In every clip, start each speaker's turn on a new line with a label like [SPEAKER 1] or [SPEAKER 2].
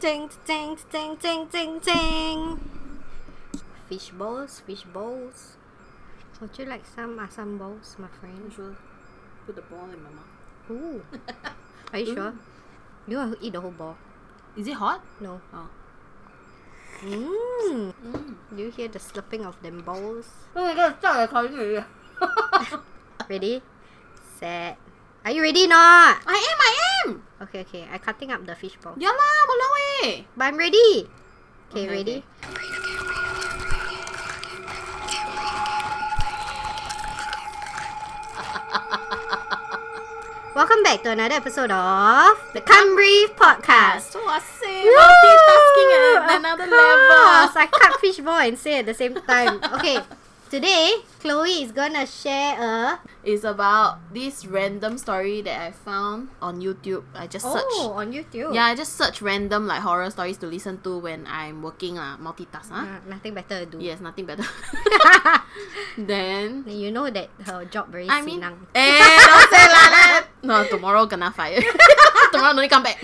[SPEAKER 1] Ding, ding, ding, ding, ding, ding. Fish balls, fish balls. Would you like some asam balls, my friend?
[SPEAKER 2] Usually put the ball in my mouth.
[SPEAKER 1] Ooh. Mm. Are you sure? You want to eat the whole ball?
[SPEAKER 2] Is it hot?
[SPEAKER 1] No.
[SPEAKER 2] Oh.
[SPEAKER 1] Mmm.
[SPEAKER 2] Mm.
[SPEAKER 1] Do you hear the slapping of them balls?
[SPEAKER 2] Oh my god, stop the
[SPEAKER 1] Ready? Set. Are you ready or not?
[SPEAKER 2] I am, I am!
[SPEAKER 1] Okay, okay. I'm cutting up the fish ball.
[SPEAKER 2] Ya lah, bola weh!
[SPEAKER 1] But I'm ready. Okay,
[SPEAKER 2] Okay,
[SPEAKER 1] ready? Welcome back to another episode of the Come Breathe Podcast.
[SPEAKER 2] So I say,
[SPEAKER 1] Woo!
[SPEAKER 2] multitasking
[SPEAKER 1] Of
[SPEAKER 2] at another
[SPEAKER 1] course,
[SPEAKER 2] level.
[SPEAKER 1] I cut fish ball and say at the same time. Okay, today Chloe is gonna share a
[SPEAKER 2] It's about this random story that I found on YouTube. I just searched.
[SPEAKER 1] Oh, on YouTube.
[SPEAKER 2] Yeah, I just search random like horror stories to listen to when I'm working lah, multitask ah.
[SPEAKER 1] Uh, nothing better to do.
[SPEAKER 2] Yes, nothing better. then
[SPEAKER 1] you know that her job very
[SPEAKER 2] I mean,
[SPEAKER 1] senang.
[SPEAKER 2] eh, don't say like that. No, tomorrow kena fire. tomorrow no need come back.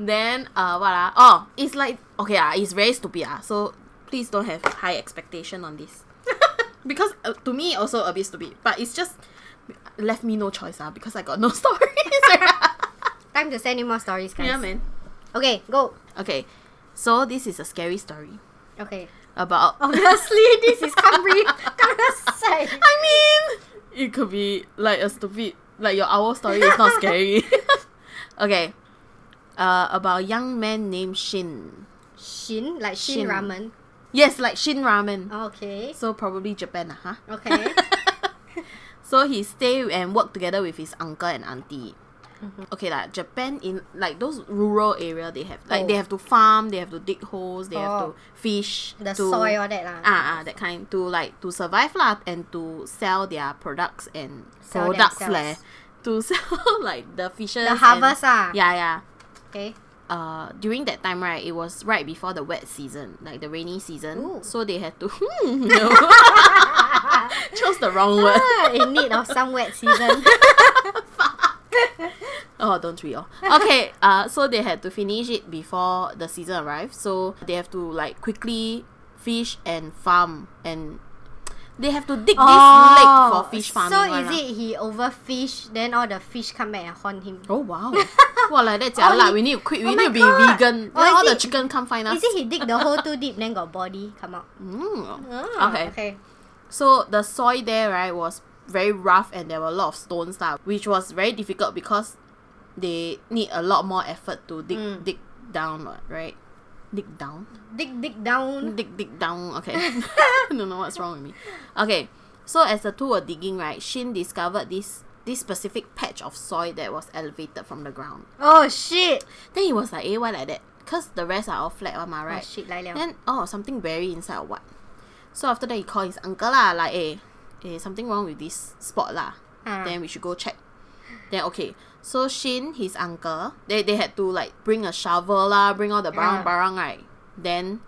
[SPEAKER 2] Then uh, what ah? Oh, it's like okay ah, it's very stupid ah. So please don't have high expectation on this, because uh, to me also a bit stupid. But it's just left me no choice ah because I got no stories.
[SPEAKER 1] Time to send you more stories, guys.
[SPEAKER 2] yeah, man.
[SPEAKER 1] Okay, go.
[SPEAKER 2] Okay, so this is a scary story
[SPEAKER 1] Okay.
[SPEAKER 2] about.
[SPEAKER 1] Obviously, this is Camry. Carousel.
[SPEAKER 2] I mean, it could be like a stupid, like your owl story is not scary. okay, uh, about a young man named Shin.
[SPEAKER 1] Shin, like Shin,
[SPEAKER 2] Shin.
[SPEAKER 1] Ramen. Oh,
[SPEAKER 2] Yes, like Shin Ramen.
[SPEAKER 1] Okay.
[SPEAKER 2] So probably Japan, uh, huh?
[SPEAKER 1] Okay.
[SPEAKER 2] so he stay and work together with his uncle and auntie.
[SPEAKER 1] Mm-hmm.
[SPEAKER 2] Okay, like Japan in like those rural area, they have like
[SPEAKER 1] Oh.
[SPEAKER 2] they have to farm, they have to dig holes, they have to
[SPEAKER 1] Oh.
[SPEAKER 2] fish,
[SPEAKER 1] The
[SPEAKER 2] to,
[SPEAKER 1] soy, all that lah.
[SPEAKER 2] ah, ah, that kind to like to survive lah and to sell their products and
[SPEAKER 1] Sell
[SPEAKER 2] products leh,
[SPEAKER 1] themselves.
[SPEAKER 2] to sell like the fishes
[SPEAKER 1] The harvest ah.
[SPEAKER 2] and, yeah yeah
[SPEAKER 1] Okay.
[SPEAKER 2] uh during that time right it was right before the wet season like the rainy season
[SPEAKER 1] Ooh.
[SPEAKER 2] so they had to hmm, no. chose the wrong word
[SPEAKER 1] Ah, in need of some wet season.
[SPEAKER 2] Oh, don't we all? Okay, uh, so they had to finish it before the season arrived. So they have to like quickly fish and farm, and they have to dig this lake for fish farming.
[SPEAKER 1] Oh. So
[SPEAKER 2] one ah.
[SPEAKER 1] is
[SPEAKER 2] lah.
[SPEAKER 1] it he overfished, then all the fish come back and haunt him?
[SPEAKER 2] Oh wow! well, like that's
[SPEAKER 1] Oh,
[SPEAKER 2] jialat.
[SPEAKER 1] he-
[SPEAKER 2] we need to quit.
[SPEAKER 1] Oh
[SPEAKER 2] We
[SPEAKER 1] my
[SPEAKER 2] need to be
[SPEAKER 1] God.
[SPEAKER 2] vegan.
[SPEAKER 1] Or is
[SPEAKER 2] all the
[SPEAKER 1] it-
[SPEAKER 2] chicken come find us.
[SPEAKER 1] Is it he dig the hole too deep, then got body come out?
[SPEAKER 2] Mm.
[SPEAKER 1] Ah,
[SPEAKER 2] okay.
[SPEAKER 1] Hmm. Okay.
[SPEAKER 2] So the soil there, right, was very rough and there were a lot of stones lah, which was very difficult because they need a lot more effort to dig
[SPEAKER 1] Mm.
[SPEAKER 2] dig down, what, right? Dig down.
[SPEAKER 1] Dig, dig down.
[SPEAKER 2] dig dig down. Okay, don't know what's wrong with me. Okay, so as the two were digging, right, Shin discovered this this specific patch of soil that was elevated from the ground.
[SPEAKER 1] Oh shit.
[SPEAKER 2] Then he was like, "Eh, why like that?" Cause the rest are all flat one, mah,
[SPEAKER 1] Oh
[SPEAKER 2] right?
[SPEAKER 1] shit, like liao.
[SPEAKER 2] Then oh, something buried inside or what? So after that, he called his uncle lah, like, "Eh, eh, something wrong with this spot lah.
[SPEAKER 1] Ah.
[SPEAKER 2] Then we should go check." Then okay, so Shin, his uncle, they they had to like bring a shovel lah, bring all the barang
[SPEAKER 1] Ah.
[SPEAKER 2] barang right. Then,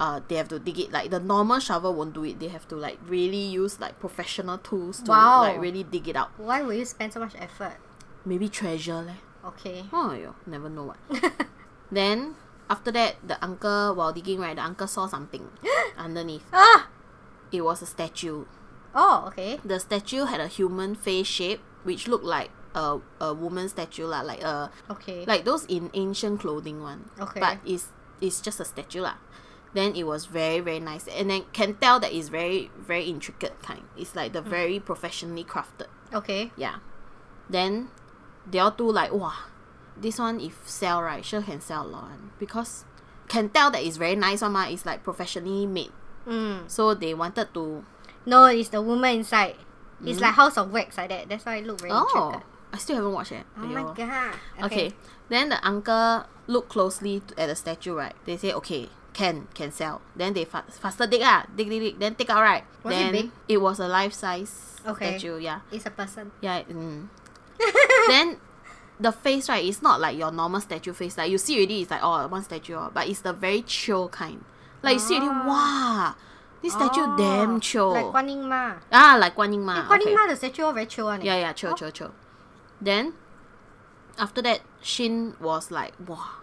[SPEAKER 2] uh, they have to dig it. Like the normal shovel won't do it. They have to like really use like professional tools to
[SPEAKER 1] Wow.
[SPEAKER 2] like really dig it out.
[SPEAKER 1] Why will you spend so much effort?
[SPEAKER 2] Maybe treasure leh.
[SPEAKER 1] Okay.
[SPEAKER 2] Oh, you never know what. then after that, the uncle while digging right, the uncle saw something underneath.
[SPEAKER 1] Ah.
[SPEAKER 2] It was a statue.
[SPEAKER 1] Oh, okay.
[SPEAKER 2] The statue had a human face shape, which looked like a a woman statue lah, like a
[SPEAKER 1] Okay.
[SPEAKER 2] like those in ancient clothing one.
[SPEAKER 1] Okay.
[SPEAKER 2] But it's it's just a statue lah. Then it was very very nice, and then can tell that it's very very intricate kind. It's like the very professionally crafted.
[SPEAKER 1] okay.
[SPEAKER 2] Yeah. Then they all two like wow, this one if sell right, sure can sell a lot one. because can tell that it's very nice one mah. It's like professionally made.
[SPEAKER 1] Mm.
[SPEAKER 2] So they wanted to
[SPEAKER 1] No, it's the woman inside. It's like House of Wax like that. That's why it look very
[SPEAKER 2] oh
[SPEAKER 1] intricate.
[SPEAKER 2] I still haven't watched it.
[SPEAKER 1] Oh my
[SPEAKER 2] Aiyo.
[SPEAKER 1] god.
[SPEAKER 2] Okay. Then the uncle look closely t- at the statue right. They say okay can can sell. Then they fa- faster dig ah dig dig dig then take out right.
[SPEAKER 1] Was it
[SPEAKER 2] then
[SPEAKER 1] big?
[SPEAKER 2] was a life size
[SPEAKER 1] Okay.
[SPEAKER 2] statue yeah.
[SPEAKER 1] It's a person.
[SPEAKER 2] Yeah. Mm. then the face right is not like your normal statue face. Like you see already, it's like oh one statue, oh, but it's the very chill kind. Like you see already, wow, this statue damn chill.
[SPEAKER 1] Ah. Like Guan Yin Ma.
[SPEAKER 2] ah, like Guan Yin Ma.
[SPEAKER 1] Ah, Guan Yin
[SPEAKER 2] okay.
[SPEAKER 1] Ma the statue all very chill one. eh.
[SPEAKER 2] Yeah, yeah, chill, chill, chill. Then after that, Shin was like, wow,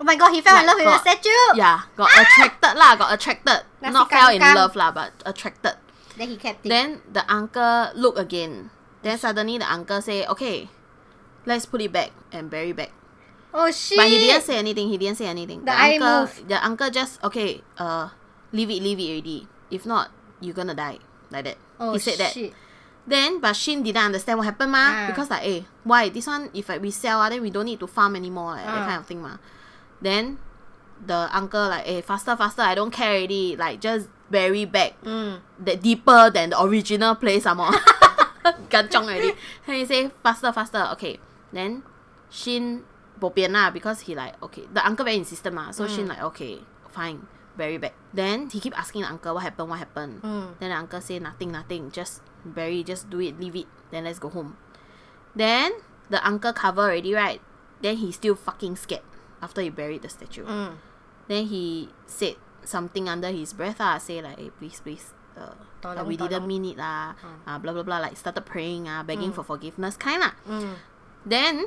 [SPEAKER 1] Oh my god, he fell in love
[SPEAKER 2] Like
[SPEAKER 1] with a
[SPEAKER 2] got-
[SPEAKER 1] statue.
[SPEAKER 2] Yeah, got attracted lah, got attracted.
[SPEAKER 1] Ah! Nasi
[SPEAKER 2] Not fell in
[SPEAKER 1] kangkang.
[SPEAKER 2] love lah, but attracted.
[SPEAKER 1] Then he kept it.
[SPEAKER 2] Then the uncle look again. Then suddenly the uncle say, "Okay, let's put it back and bury back."
[SPEAKER 1] oh shit.
[SPEAKER 2] But he didn't say anything. He didn't say anything.
[SPEAKER 1] The eye
[SPEAKER 2] uncle,
[SPEAKER 1] move.
[SPEAKER 2] the uncle just okay. Uh, leave it, leave it already. If not, you're gonna die like that.
[SPEAKER 1] oh
[SPEAKER 2] he said that.
[SPEAKER 1] shit.
[SPEAKER 2] Then, but Shin didn't understand what happened, ma.
[SPEAKER 1] Ah.
[SPEAKER 2] Because like, eh, why this one? If like, we sell, ah, then we don't need to farm anymore, like,
[SPEAKER 1] Ah.
[SPEAKER 2] that kind of thing, ma. Then, the uncle like, eh, faster, faster. I don't care already. Like, just bury back
[SPEAKER 1] Mm.
[SPEAKER 2] that deeper than the original place some more. Kanchong already. Then he say faster, faster. Okay. Then Shin bo pian lah because he like okay. The uncle very insistent ma. So
[SPEAKER 1] Mm.
[SPEAKER 2] Shin like okay, fine, bury back. Then he keep asking the uncle what happened, what happened.
[SPEAKER 1] Mm.
[SPEAKER 2] Then the uncle say nothing, nothing. Just bury, just do it, leave it. Then let's go home. Then the uncle cover already right. Then he still fucking scared after he buried the statue.
[SPEAKER 1] Mm.
[SPEAKER 2] Then he said something under his breath, ah, say like, hey, please, please, uh,
[SPEAKER 1] Tolong,
[SPEAKER 2] we didn't
[SPEAKER 1] tolong."
[SPEAKER 2] mean it, lah,
[SPEAKER 1] Mm.
[SPEAKER 2] uh, blah, blah, blah, like started praying, ah, begging for forgiveness, kind lah.
[SPEAKER 1] Mm.
[SPEAKER 2] Then,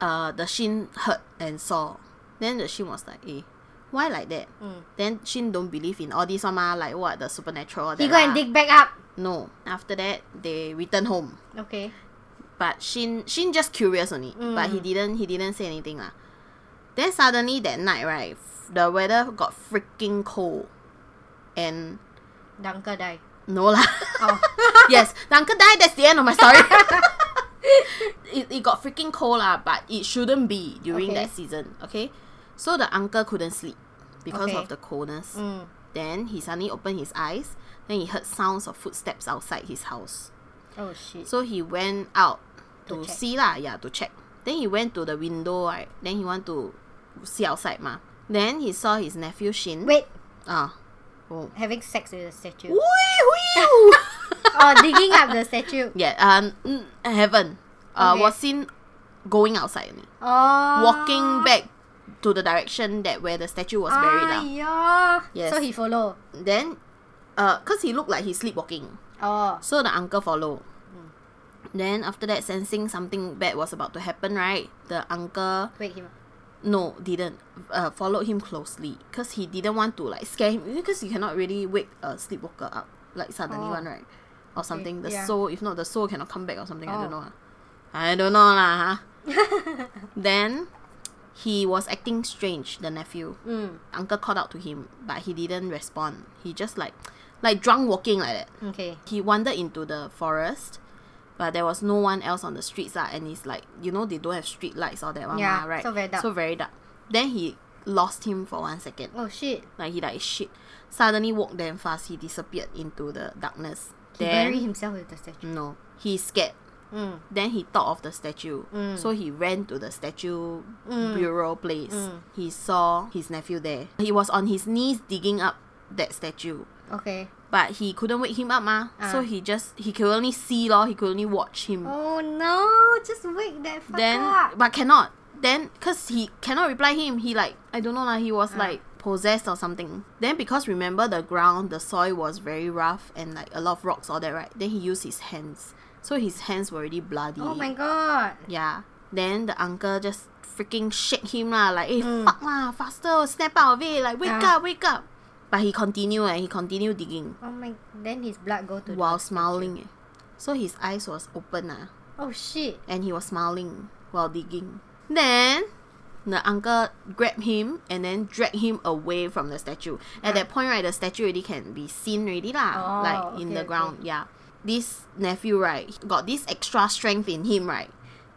[SPEAKER 2] uh, the Shin heard and saw. Then the Shin was like, eh, why like that?
[SPEAKER 1] Mm.
[SPEAKER 2] Then Shin don't believe in all this, one, mah, like what, the supernatural, all
[SPEAKER 1] He
[SPEAKER 2] that
[SPEAKER 1] go and
[SPEAKER 2] lah.
[SPEAKER 1] dig back up.
[SPEAKER 2] No. After that, they return home.
[SPEAKER 1] Okay.
[SPEAKER 2] But Shin Shin just curious only. But
[SPEAKER 1] Mm.
[SPEAKER 2] he didn't he didn't say anything lah. Then suddenly that night, right, f- the weather got freaking cold. And
[SPEAKER 1] The uncle died.
[SPEAKER 2] no lah.
[SPEAKER 1] Oh.
[SPEAKER 2] yes, the uncle died, that's the end of my story. it, it got freaking cold lah, but it shouldn't be during
[SPEAKER 1] Okay.
[SPEAKER 2] that season, okay? So the uncle couldn't sleep because
[SPEAKER 1] Okay.
[SPEAKER 2] of the coldness.
[SPEAKER 1] mm.
[SPEAKER 2] Then he suddenly opened his eyes, then he heard sounds of footsteps outside his house.
[SPEAKER 1] Oh shit.
[SPEAKER 2] So he went out
[SPEAKER 1] To
[SPEAKER 2] to,
[SPEAKER 1] check.
[SPEAKER 2] see lah, yeah, to check. Then he went to the window, right? Then he want to see outside ma. Then he saw his nephew Shin.
[SPEAKER 1] Wait,
[SPEAKER 2] Ah. Oh.
[SPEAKER 1] having sex with a statue.
[SPEAKER 2] Wee, wee.
[SPEAKER 1] or digging up the statue.
[SPEAKER 2] yeah, um mm, heaven. Uh
[SPEAKER 1] Okay.
[SPEAKER 2] was seen going outside only.
[SPEAKER 1] Oh.
[SPEAKER 2] Walking back to the direction that where the statue was buried lah.
[SPEAKER 1] Yeah.
[SPEAKER 2] Yes.
[SPEAKER 1] So he follow.
[SPEAKER 2] Then uh cause he looked like he's sleepwalking.
[SPEAKER 1] Oh.
[SPEAKER 2] So the uncle follow.
[SPEAKER 1] Hmm.
[SPEAKER 2] Then after that sensing something bad was about to happen, right? The uncle
[SPEAKER 1] Wake him. up.
[SPEAKER 2] No, didn't. Uh, followed him closely because he didn't want to like scare him because you cannot really wake a sleepwalker up like suddenly
[SPEAKER 1] Oh.
[SPEAKER 2] one right or something. The
[SPEAKER 1] yeah.
[SPEAKER 2] soul, if not the soul cannot come back or something. I
[SPEAKER 1] Oh.
[SPEAKER 2] don't know. lah. I don't know lah. huh? then he was acting strange. The nephew
[SPEAKER 1] Mm.
[SPEAKER 2] uncle called out to him, but he didn't respond. He just like like drunk walking like that.
[SPEAKER 1] Okay.
[SPEAKER 2] He wandered into the forest. But there was no one else on the streets, lah, and it's like you know they don't have street lights or that one,
[SPEAKER 1] Yeah,
[SPEAKER 2] lah, right?
[SPEAKER 1] so very dark.
[SPEAKER 2] So very dark. Then he lost him for one second.
[SPEAKER 1] Oh shit.
[SPEAKER 2] Like he like shit. Suddenly walked damn fast. He disappeared into the darkness.
[SPEAKER 1] He
[SPEAKER 2] then
[SPEAKER 1] buried himself with the statue.
[SPEAKER 2] no, he scared.
[SPEAKER 1] Mm.
[SPEAKER 2] Then he thought of the statue. So he ran to the statue
[SPEAKER 1] Mm.
[SPEAKER 2] bureau place. He saw his nephew there. He was on his knees digging up that statue.
[SPEAKER 1] Okay.
[SPEAKER 2] But he couldn't wake him up, ma.
[SPEAKER 1] Ah.
[SPEAKER 2] So he just he could only see lor. He could only watch him.
[SPEAKER 1] Oh no! Just wake that fucker
[SPEAKER 2] then
[SPEAKER 1] up.
[SPEAKER 2] but cannot then because he cannot reply him he like i don't know lah he
[SPEAKER 1] Ah.
[SPEAKER 2] was like possessed or something then because remember the ground the soil was very rough and like a lot of rocks all that right then he used his hands so his hands were already bloody
[SPEAKER 1] Oh my god.
[SPEAKER 2] yeah then the uncle just freaking shake him lah like hey fuck lah faster snap out of it like wake
[SPEAKER 1] Mm. Ah.
[SPEAKER 2] up wake up but he continued and he continued digging
[SPEAKER 1] Oh my. Then his blood go to. the
[SPEAKER 2] while
[SPEAKER 1] statue.
[SPEAKER 2] smiling eh. so his eyes was open ah
[SPEAKER 1] Oh shit.
[SPEAKER 2] and he was smiling while digging. Then the uncle grabbed him and then dragged him away from the statue. At that point, right, the statue already can be seen already lah,
[SPEAKER 1] Ah. Oh,
[SPEAKER 2] like in
[SPEAKER 1] okay,
[SPEAKER 2] the
[SPEAKER 1] okay.
[SPEAKER 2] ground. Yeah, this nephew right got this extra strength in him right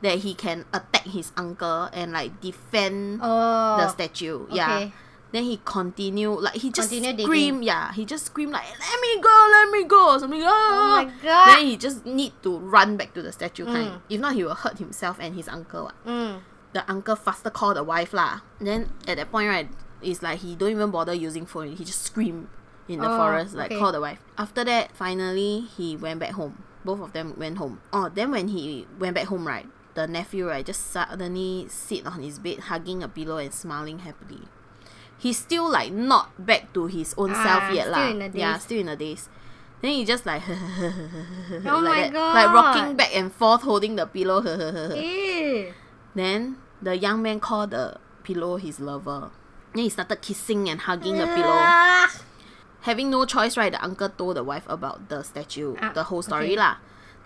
[SPEAKER 2] that he can attack his uncle and like defend
[SPEAKER 1] Oh.
[SPEAKER 2] the statue. Yeah.
[SPEAKER 1] Okay.
[SPEAKER 2] Then he continued like he just
[SPEAKER 1] Continue digging.
[SPEAKER 2] screamed. Yeah, he just screamed like "Let me go, let me go" or something.
[SPEAKER 1] Oh
[SPEAKER 2] "Ah."
[SPEAKER 1] my god.
[SPEAKER 2] Then he just need to run back to the statue kind. If not, he will hurt himself and his uncle. what.
[SPEAKER 1] mm.
[SPEAKER 2] The uncle faster call the wife lah. Then at that point right, it's like he don't even bother using phone. He just scream in the
[SPEAKER 1] Oh,
[SPEAKER 2] forest like
[SPEAKER 1] okay.
[SPEAKER 2] call the wife. After that, finally he went back home. Both of them went home. Oh, then when he went back home right, the nephew right just suddenly sit on his bed hugging a pillow and smiling happily. He's still like not back to his own
[SPEAKER 1] Ah,
[SPEAKER 2] self yet
[SPEAKER 1] still
[SPEAKER 2] lah.
[SPEAKER 1] in the
[SPEAKER 2] Yeah,
[SPEAKER 1] daze.
[SPEAKER 2] still in the days. Then he just like
[SPEAKER 1] Oh
[SPEAKER 2] like
[SPEAKER 1] my
[SPEAKER 2] that.
[SPEAKER 1] god.
[SPEAKER 2] Like rocking back and forth holding the pillow.
[SPEAKER 1] Ew.
[SPEAKER 2] then the young man called the pillow his lover. Then he started kissing and hugging
[SPEAKER 1] Eh.
[SPEAKER 2] the pillow. Having no choice, right? The uncle told the wife about the statue,
[SPEAKER 1] Ah,
[SPEAKER 2] the whole story
[SPEAKER 1] okay.
[SPEAKER 2] lah.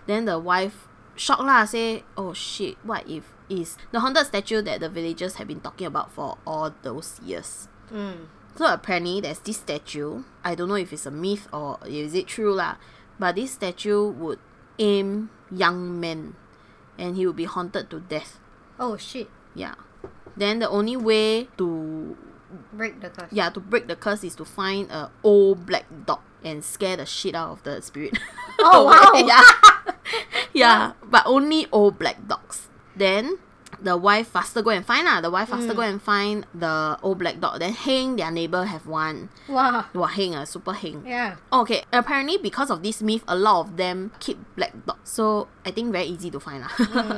[SPEAKER 2] Then the wife shocked lah, say, "Oh shit! What if is the haunted statue that the villagers have been talking about for all those years?"
[SPEAKER 1] Mm.
[SPEAKER 2] So apparently there's this statue. I don't know if it's a myth or is it true lah. But this statue would aim young men, and he would be haunted to death.
[SPEAKER 1] Oh shit.
[SPEAKER 2] Yeah. Then the only way to
[SPEAKER 1] Break the curse.
[SPEAKER 2] yeah to break the curse is to find a old black dog and scare the shit out of the spirit.
[SPEAKER 1] Oh, wow.
[SPEAKER 2] yeah. yeah, but only old black dogs. Then the wife faster go and find lah. The wife faster
[SPEAKER 1] Mm.
[SPEAKER 2] go and find the old black dog. Then hang their neighbor have one.
[SPEAKER 1] Wow.
[SPEAKER 2] Wah heng ah, super heng.
[SPEAKER 1] Yeah.
[SPEAKER 2] Okay, apparently because of this myth, a lot of them keep black dogs. So I think very easy to find lah.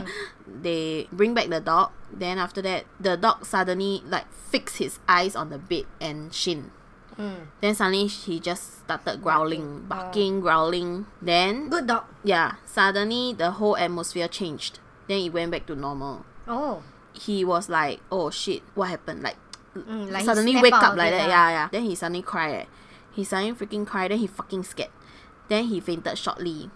[SPEAKER 2] they bring back the dog. Then after that, the dog suddenly like fix his eyes on the bed and shin.
[SPEAKER 1] Mm.
[SPEAKER 2] Then suddenly he just started growling, barking, growling. Then
[SPEAKER 1] Good dog.
[SPEAKER 2] yeah, suddenly the whole atmosphere changed. Then it went back to normal.
[SPEAKER 1] Oh.
[SPEAKER 2] He was like, "Oh shit, what happened?" Like
[SPEAKER 1] Mm, like he
[SPEAKER 2] suddenly
[SPEAKER 1] snap
[SPEAKER 2] wake
[SPEAKER 1] out
[SPEAKER 2] up
[SPEAKER 1] of
[SPEAKER 2] like
[SPEAKER 1] it
[SPEAKER 2] that.
[SPEAKER 1] ah.
[SPEAKER 2] Yeah, yeah. Then he suddenly cry. eh. He suddenly freaking cry. Then he fucking scared. Then he fainted shortly.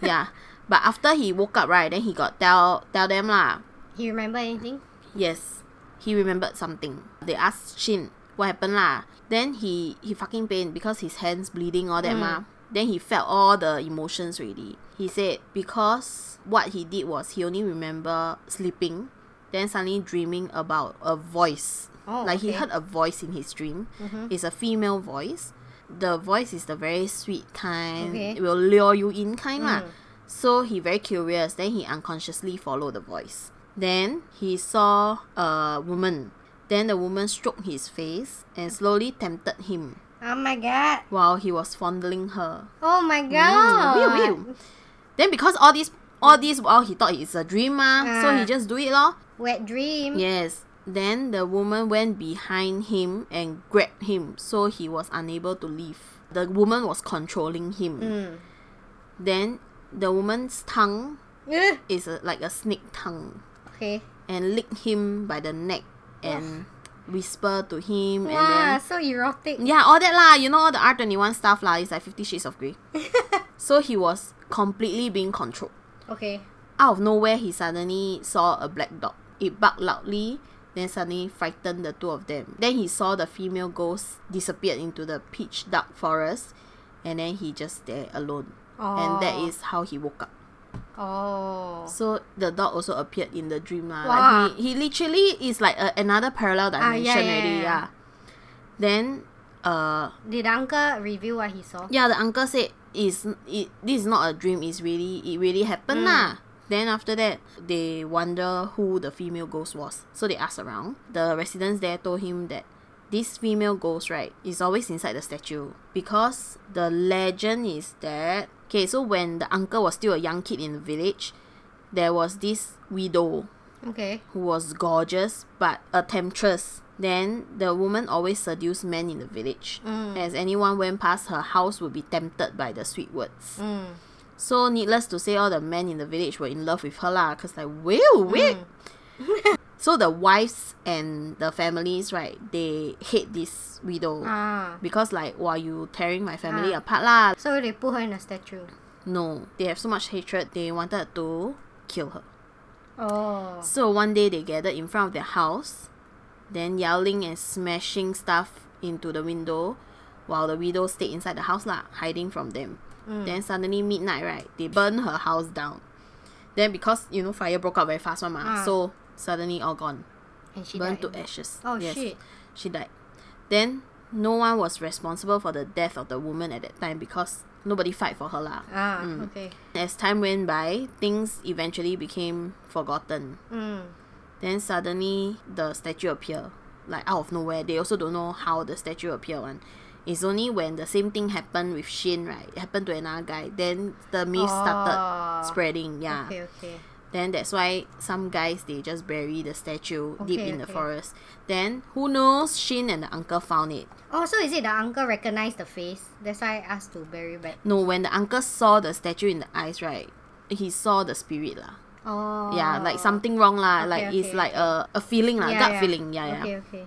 [SPEAKER 2] yeah. But after he woke up, right? Then he got tell tell them lah.
[SPEAKER 1] He remember anything?
[SPEAKER 2] Yes, he remembered something. They asked Shin what happened lah. Then he he fucking pain because his hands bleeding all that
[SPEAKER 1] Mm.
[SPEAKER 2] mah. Then he felt all the emotions already. He said because what he did was he only remember sleeping, then suddenly dreaming about a voice.
[SPEAKER 1] Oh,
[SPEAKER 2] like he
[SPEAKER 1] okay.
[SPEAKER 2] heard a voice in his dream.
[SPEAKER 1] Mm-hmm.
[SPEAKER 2] It's a female voice. The voice is the very sweet kind.
[SPEAKER 1] Okay. Mm.
[SPEAKER 2] It will lure you in kind lah. So he very curious. Then he unconsciously followed the voice. Then he saw a woman. Then the woman stroked his face and slowly tempted him
[SPEAKER 1] Oh my god.
[SPEAKER 2] while he was fondling her.
[SPEAKER 1] Oh my
[SPEAKER 2] Mm,
[SPEAKER 1] god.
[SPEAKER 2] wee wee. Then because all this all this while he thought it's a dream mah, so he
[SPEAKER 1] Ah.
[SPEAKER 2] just do it lor.
[SPEAKER 1] Wet dream.
[SPEAKER 2] Yes. Then the woman went behind him and grabbed him, so he was unable to leave. The woman was controlling him.
[SPEAKER 1] Mm.
[SPEAKER 2] Then the woman's tongue
[SPEAKER 1] Ugh.
[SPEAKER 2] is a, like a snake tongue
[SPEAKER 1] Eh. Okay.
[SPEAKER 2] and licked him by the neck and whisper to him and
[SPEAKER 1] Wow,
[SPEAKER 2] then
[SPEAKER 1] so erotic.
[SPEAKER 2] yeah, all that lah. You know all the R twenty one stuff lah. It's like Fifty Shades of Grey. so he was completely being controlled.
[SPEAKER 1] Okay.
[SPEAKER 2] Out of nowhere, he suddenly saw a black dog. It barked loudly, then suddenly frightened the two of them. Then he saw the female ghost disappear into the pitch dark forest, and then he just there alone. And that
[SPEAKER 1] Oh.
[SPEAKER 2] is how he woke up.
[SPEAKER 1] Oh.
[SPEAKER 2] So the dog also appeared in the dream lah.
[SPEAKER 1] Wow.
[SPEAKER 2] Like he, he literally is like a, another parallel
[SPEAKER 1] Ah, yeah,
[SPEAKER 2] dimension
[SPEAKER 1] yeah,
[SPEAKER 2] already.
[SPEAKER 1] yeah.
[SPEAKER 2] Yeah. Then, uh,
[SPEAKER 1] Did uncle review what he saw?
[SPEAKER 2] yeah, the uncle said is it this is not a dream. It's really it really happened lah. Then after that, they wonder who the female ghost was. So they asked around. The residents there told him that this female ghost, right, is always inside the statue because the legend is that okay. So when the uncle was still a young kid in the village, there was this widow
[SPEAKER 1] Okay.
[SPEAKER 2] who was gorgeous but a temptress. Then the woman always seduced men in the village. As anyone went past her house would be tempted by the sweet words.
[SPEAKER 1] Mm.
[SPEAKER 2] So needless to say all the men in the village were in love with her lah, cause like will wait. so the wives and the families, right, they hate this widow.
[SPEAKER 1] Ah.
[SPEAKER 2] Because like while you tearing my family apart lah.
[SPEAKER 1] So they put her in a statue.
[SPEAKER 2] No. They have so much hatred they wanted to kill her.
[SPEAKER 1] Oh.
[SPEAKER 2] So one day they gathered in front of their house, then yelling and smashing stuff into the window, while the widow stayed inside the house lah, hiding from them.
[SPEAKER 1] Mm.
[SPEAKER 2] Then suddenly midnight right, they burn her house down. Then because you know fire broke out very fast one mah,
[SPEAKER 1] Ah.
[SPEAKER 2] so suddenly all gone,
[SPEAKER 1] And she
[SPEAKER 2] burned
[SPEAKER 1] died.
[SPEAKER 2] to ashes.
[SPEAKER 1] Oh, shit.
[SPEAKER 2] she died. Then no one was responsible for the death of the woman at that time because nobody fight for her lah.
[SPEAKER 1] Ah. Okay.
[SPEAKER 2] As time went by, things eventually became forgotten.
[SPEAKER 1] Mm.
[SPEAKER 2] Then suddenly the statue appear, like out of nowhere. They also don't know how the statue appear one. It's only when the same thing happened with Shin, right? It happened to another guy. Then the myth started
[SPEAKER 1] Oh.
[SPEAKER 2] spreading. Yeah.
[SPEAKER 1] Okay. Okay.
[SPEAKER 2] Then that's why some guys they just bury the statue deep
[SPEAKER 1] Okay,
[SPEAKER 2] in the
[SPEAKER 1] okay.
[SPEAKER 2] forest. Then who knows? Shin and the uncle found it.
[SPEAKER 1] Oh, so is it the uncle recognized the face? That's why I asked to bury back.
[SPEAKER 2] No, when the uncle saw the statue in the eyes, right? He saw the spirit lah.
[SPEAKER 1] Oh.
[SPEAKER 2] Yeah, like something wrong lah.
[SPEAKER 1] Okay,
[SPEAKER 2] like it's
[SPEAKER 1] okay,
[SPEAKER 2] like a, a feeling lah, gut feeling. Yeah, yeah.
[SPEAKER 1] Okay, okay.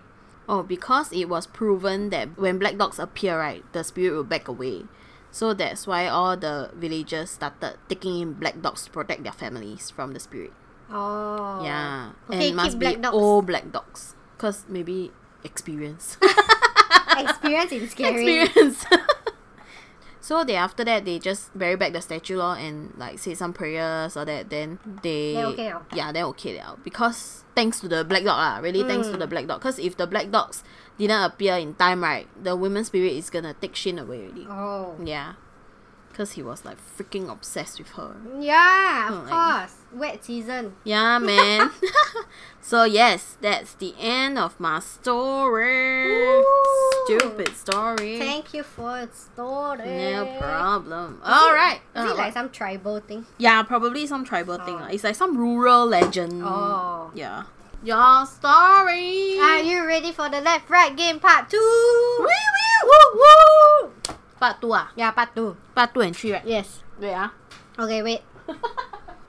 [SPEAKER 2] Oh, because it was proven that when black dogs appear, right, the spirit will back away. So that's why all the villagers started taking in black dogs to protect their families from the spirit.
[SPEAKER 1] Oh.
[SPEAKER 2] Yeah,
[SPEAKER 1] Okay,
[SPEAKER 2] and
[SPEAKER 1] keep
[SPEAKER 2] must
[SPEAKER 1] black
[SPEAKER 2] be
[SPEAKER 1] dogs.
[SPEAKER 2] all black dogs, cause maybe experience.
[SPEAKER 1] Experience is scary.
[SPEAKER 2] experience. so they after that they just bury back the statue lor and like say some prayers or that then they
[SPEAKER 1] Then okay liao.
[SPEAKER 2] yeah then okay liao. because thanks to the black dog lah really thanks
[SPEAKER 1] Mm.
[SPEAKER 2] to the black dog because if the black dogs didn't appear in time right the women spirit is gonna take Shin away already
[SPEAKER 1] Oh.
[SPEAKER 2] yeah because he was like freaking obsessed with her.
[SPEAKER 1] Yeah,
[SPEAKER 2] Oh,
[SPEAKER 1] of
[SPEAKER 2] like-
[SPEAKER 1] course. Wet season.
[SPEAKER 2] Yeah, man. so yes, that's the end of my story.
[SPEAKER 1] Ooh.
[SPEAKER 2] Stupid story.
[SPEAKER 1] Thank you for the story.
[SPEAKER 2] no problem. All right.
[SPEAKER 1] Eh, Is
[SPEAKER 2] Uh,
[SPEAKER 1] it like some tribal thing?
[SPEAKER 2] Yeah, probably some tribal thing. lah. It's like some rural legend.
[SPEAKER 1] Oh.
[SPEAKER 2] Yeah. Your story.
[SPEAKER 1] Are you ready for the left right game part two?
[SPEAKER 2] Wee, wee, woo, woo. Part two ah.
[SPEAKER 1] Yeah, part two.
[SPEAKER 2] Part two and three right?
[SPEAKER 1] Yes.
[SPEAKER 2] Wait ah.
[SPEAKER 1] Okay, wait.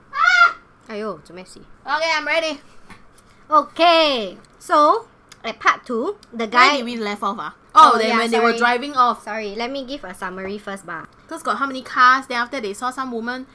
[SPEAKER 2] Ah!
[SPEAKER 1] Ayo, too messy.
[SPEAKER 2] Okay, I'm ready.
[SPEAKER 1] Okay. So at part two, the
[SPEAKER 2] Where
[SPEAKER 1] guy.
[SPEAKER 2] did we left off ah?
[SPEAKER 1] Oh,
[SPEAKER 2] Oh, then
[SPEAKER 1] yeah,
[SPEAKER 2] when they were
[SPEAKER 1] sorry.
[SPEAKER 2] driving off.
[SPEAKER 1] Sorry, let me give a summary first, bar.
[SPEAKER 2] Cause got how many cars? Then after they saw some woman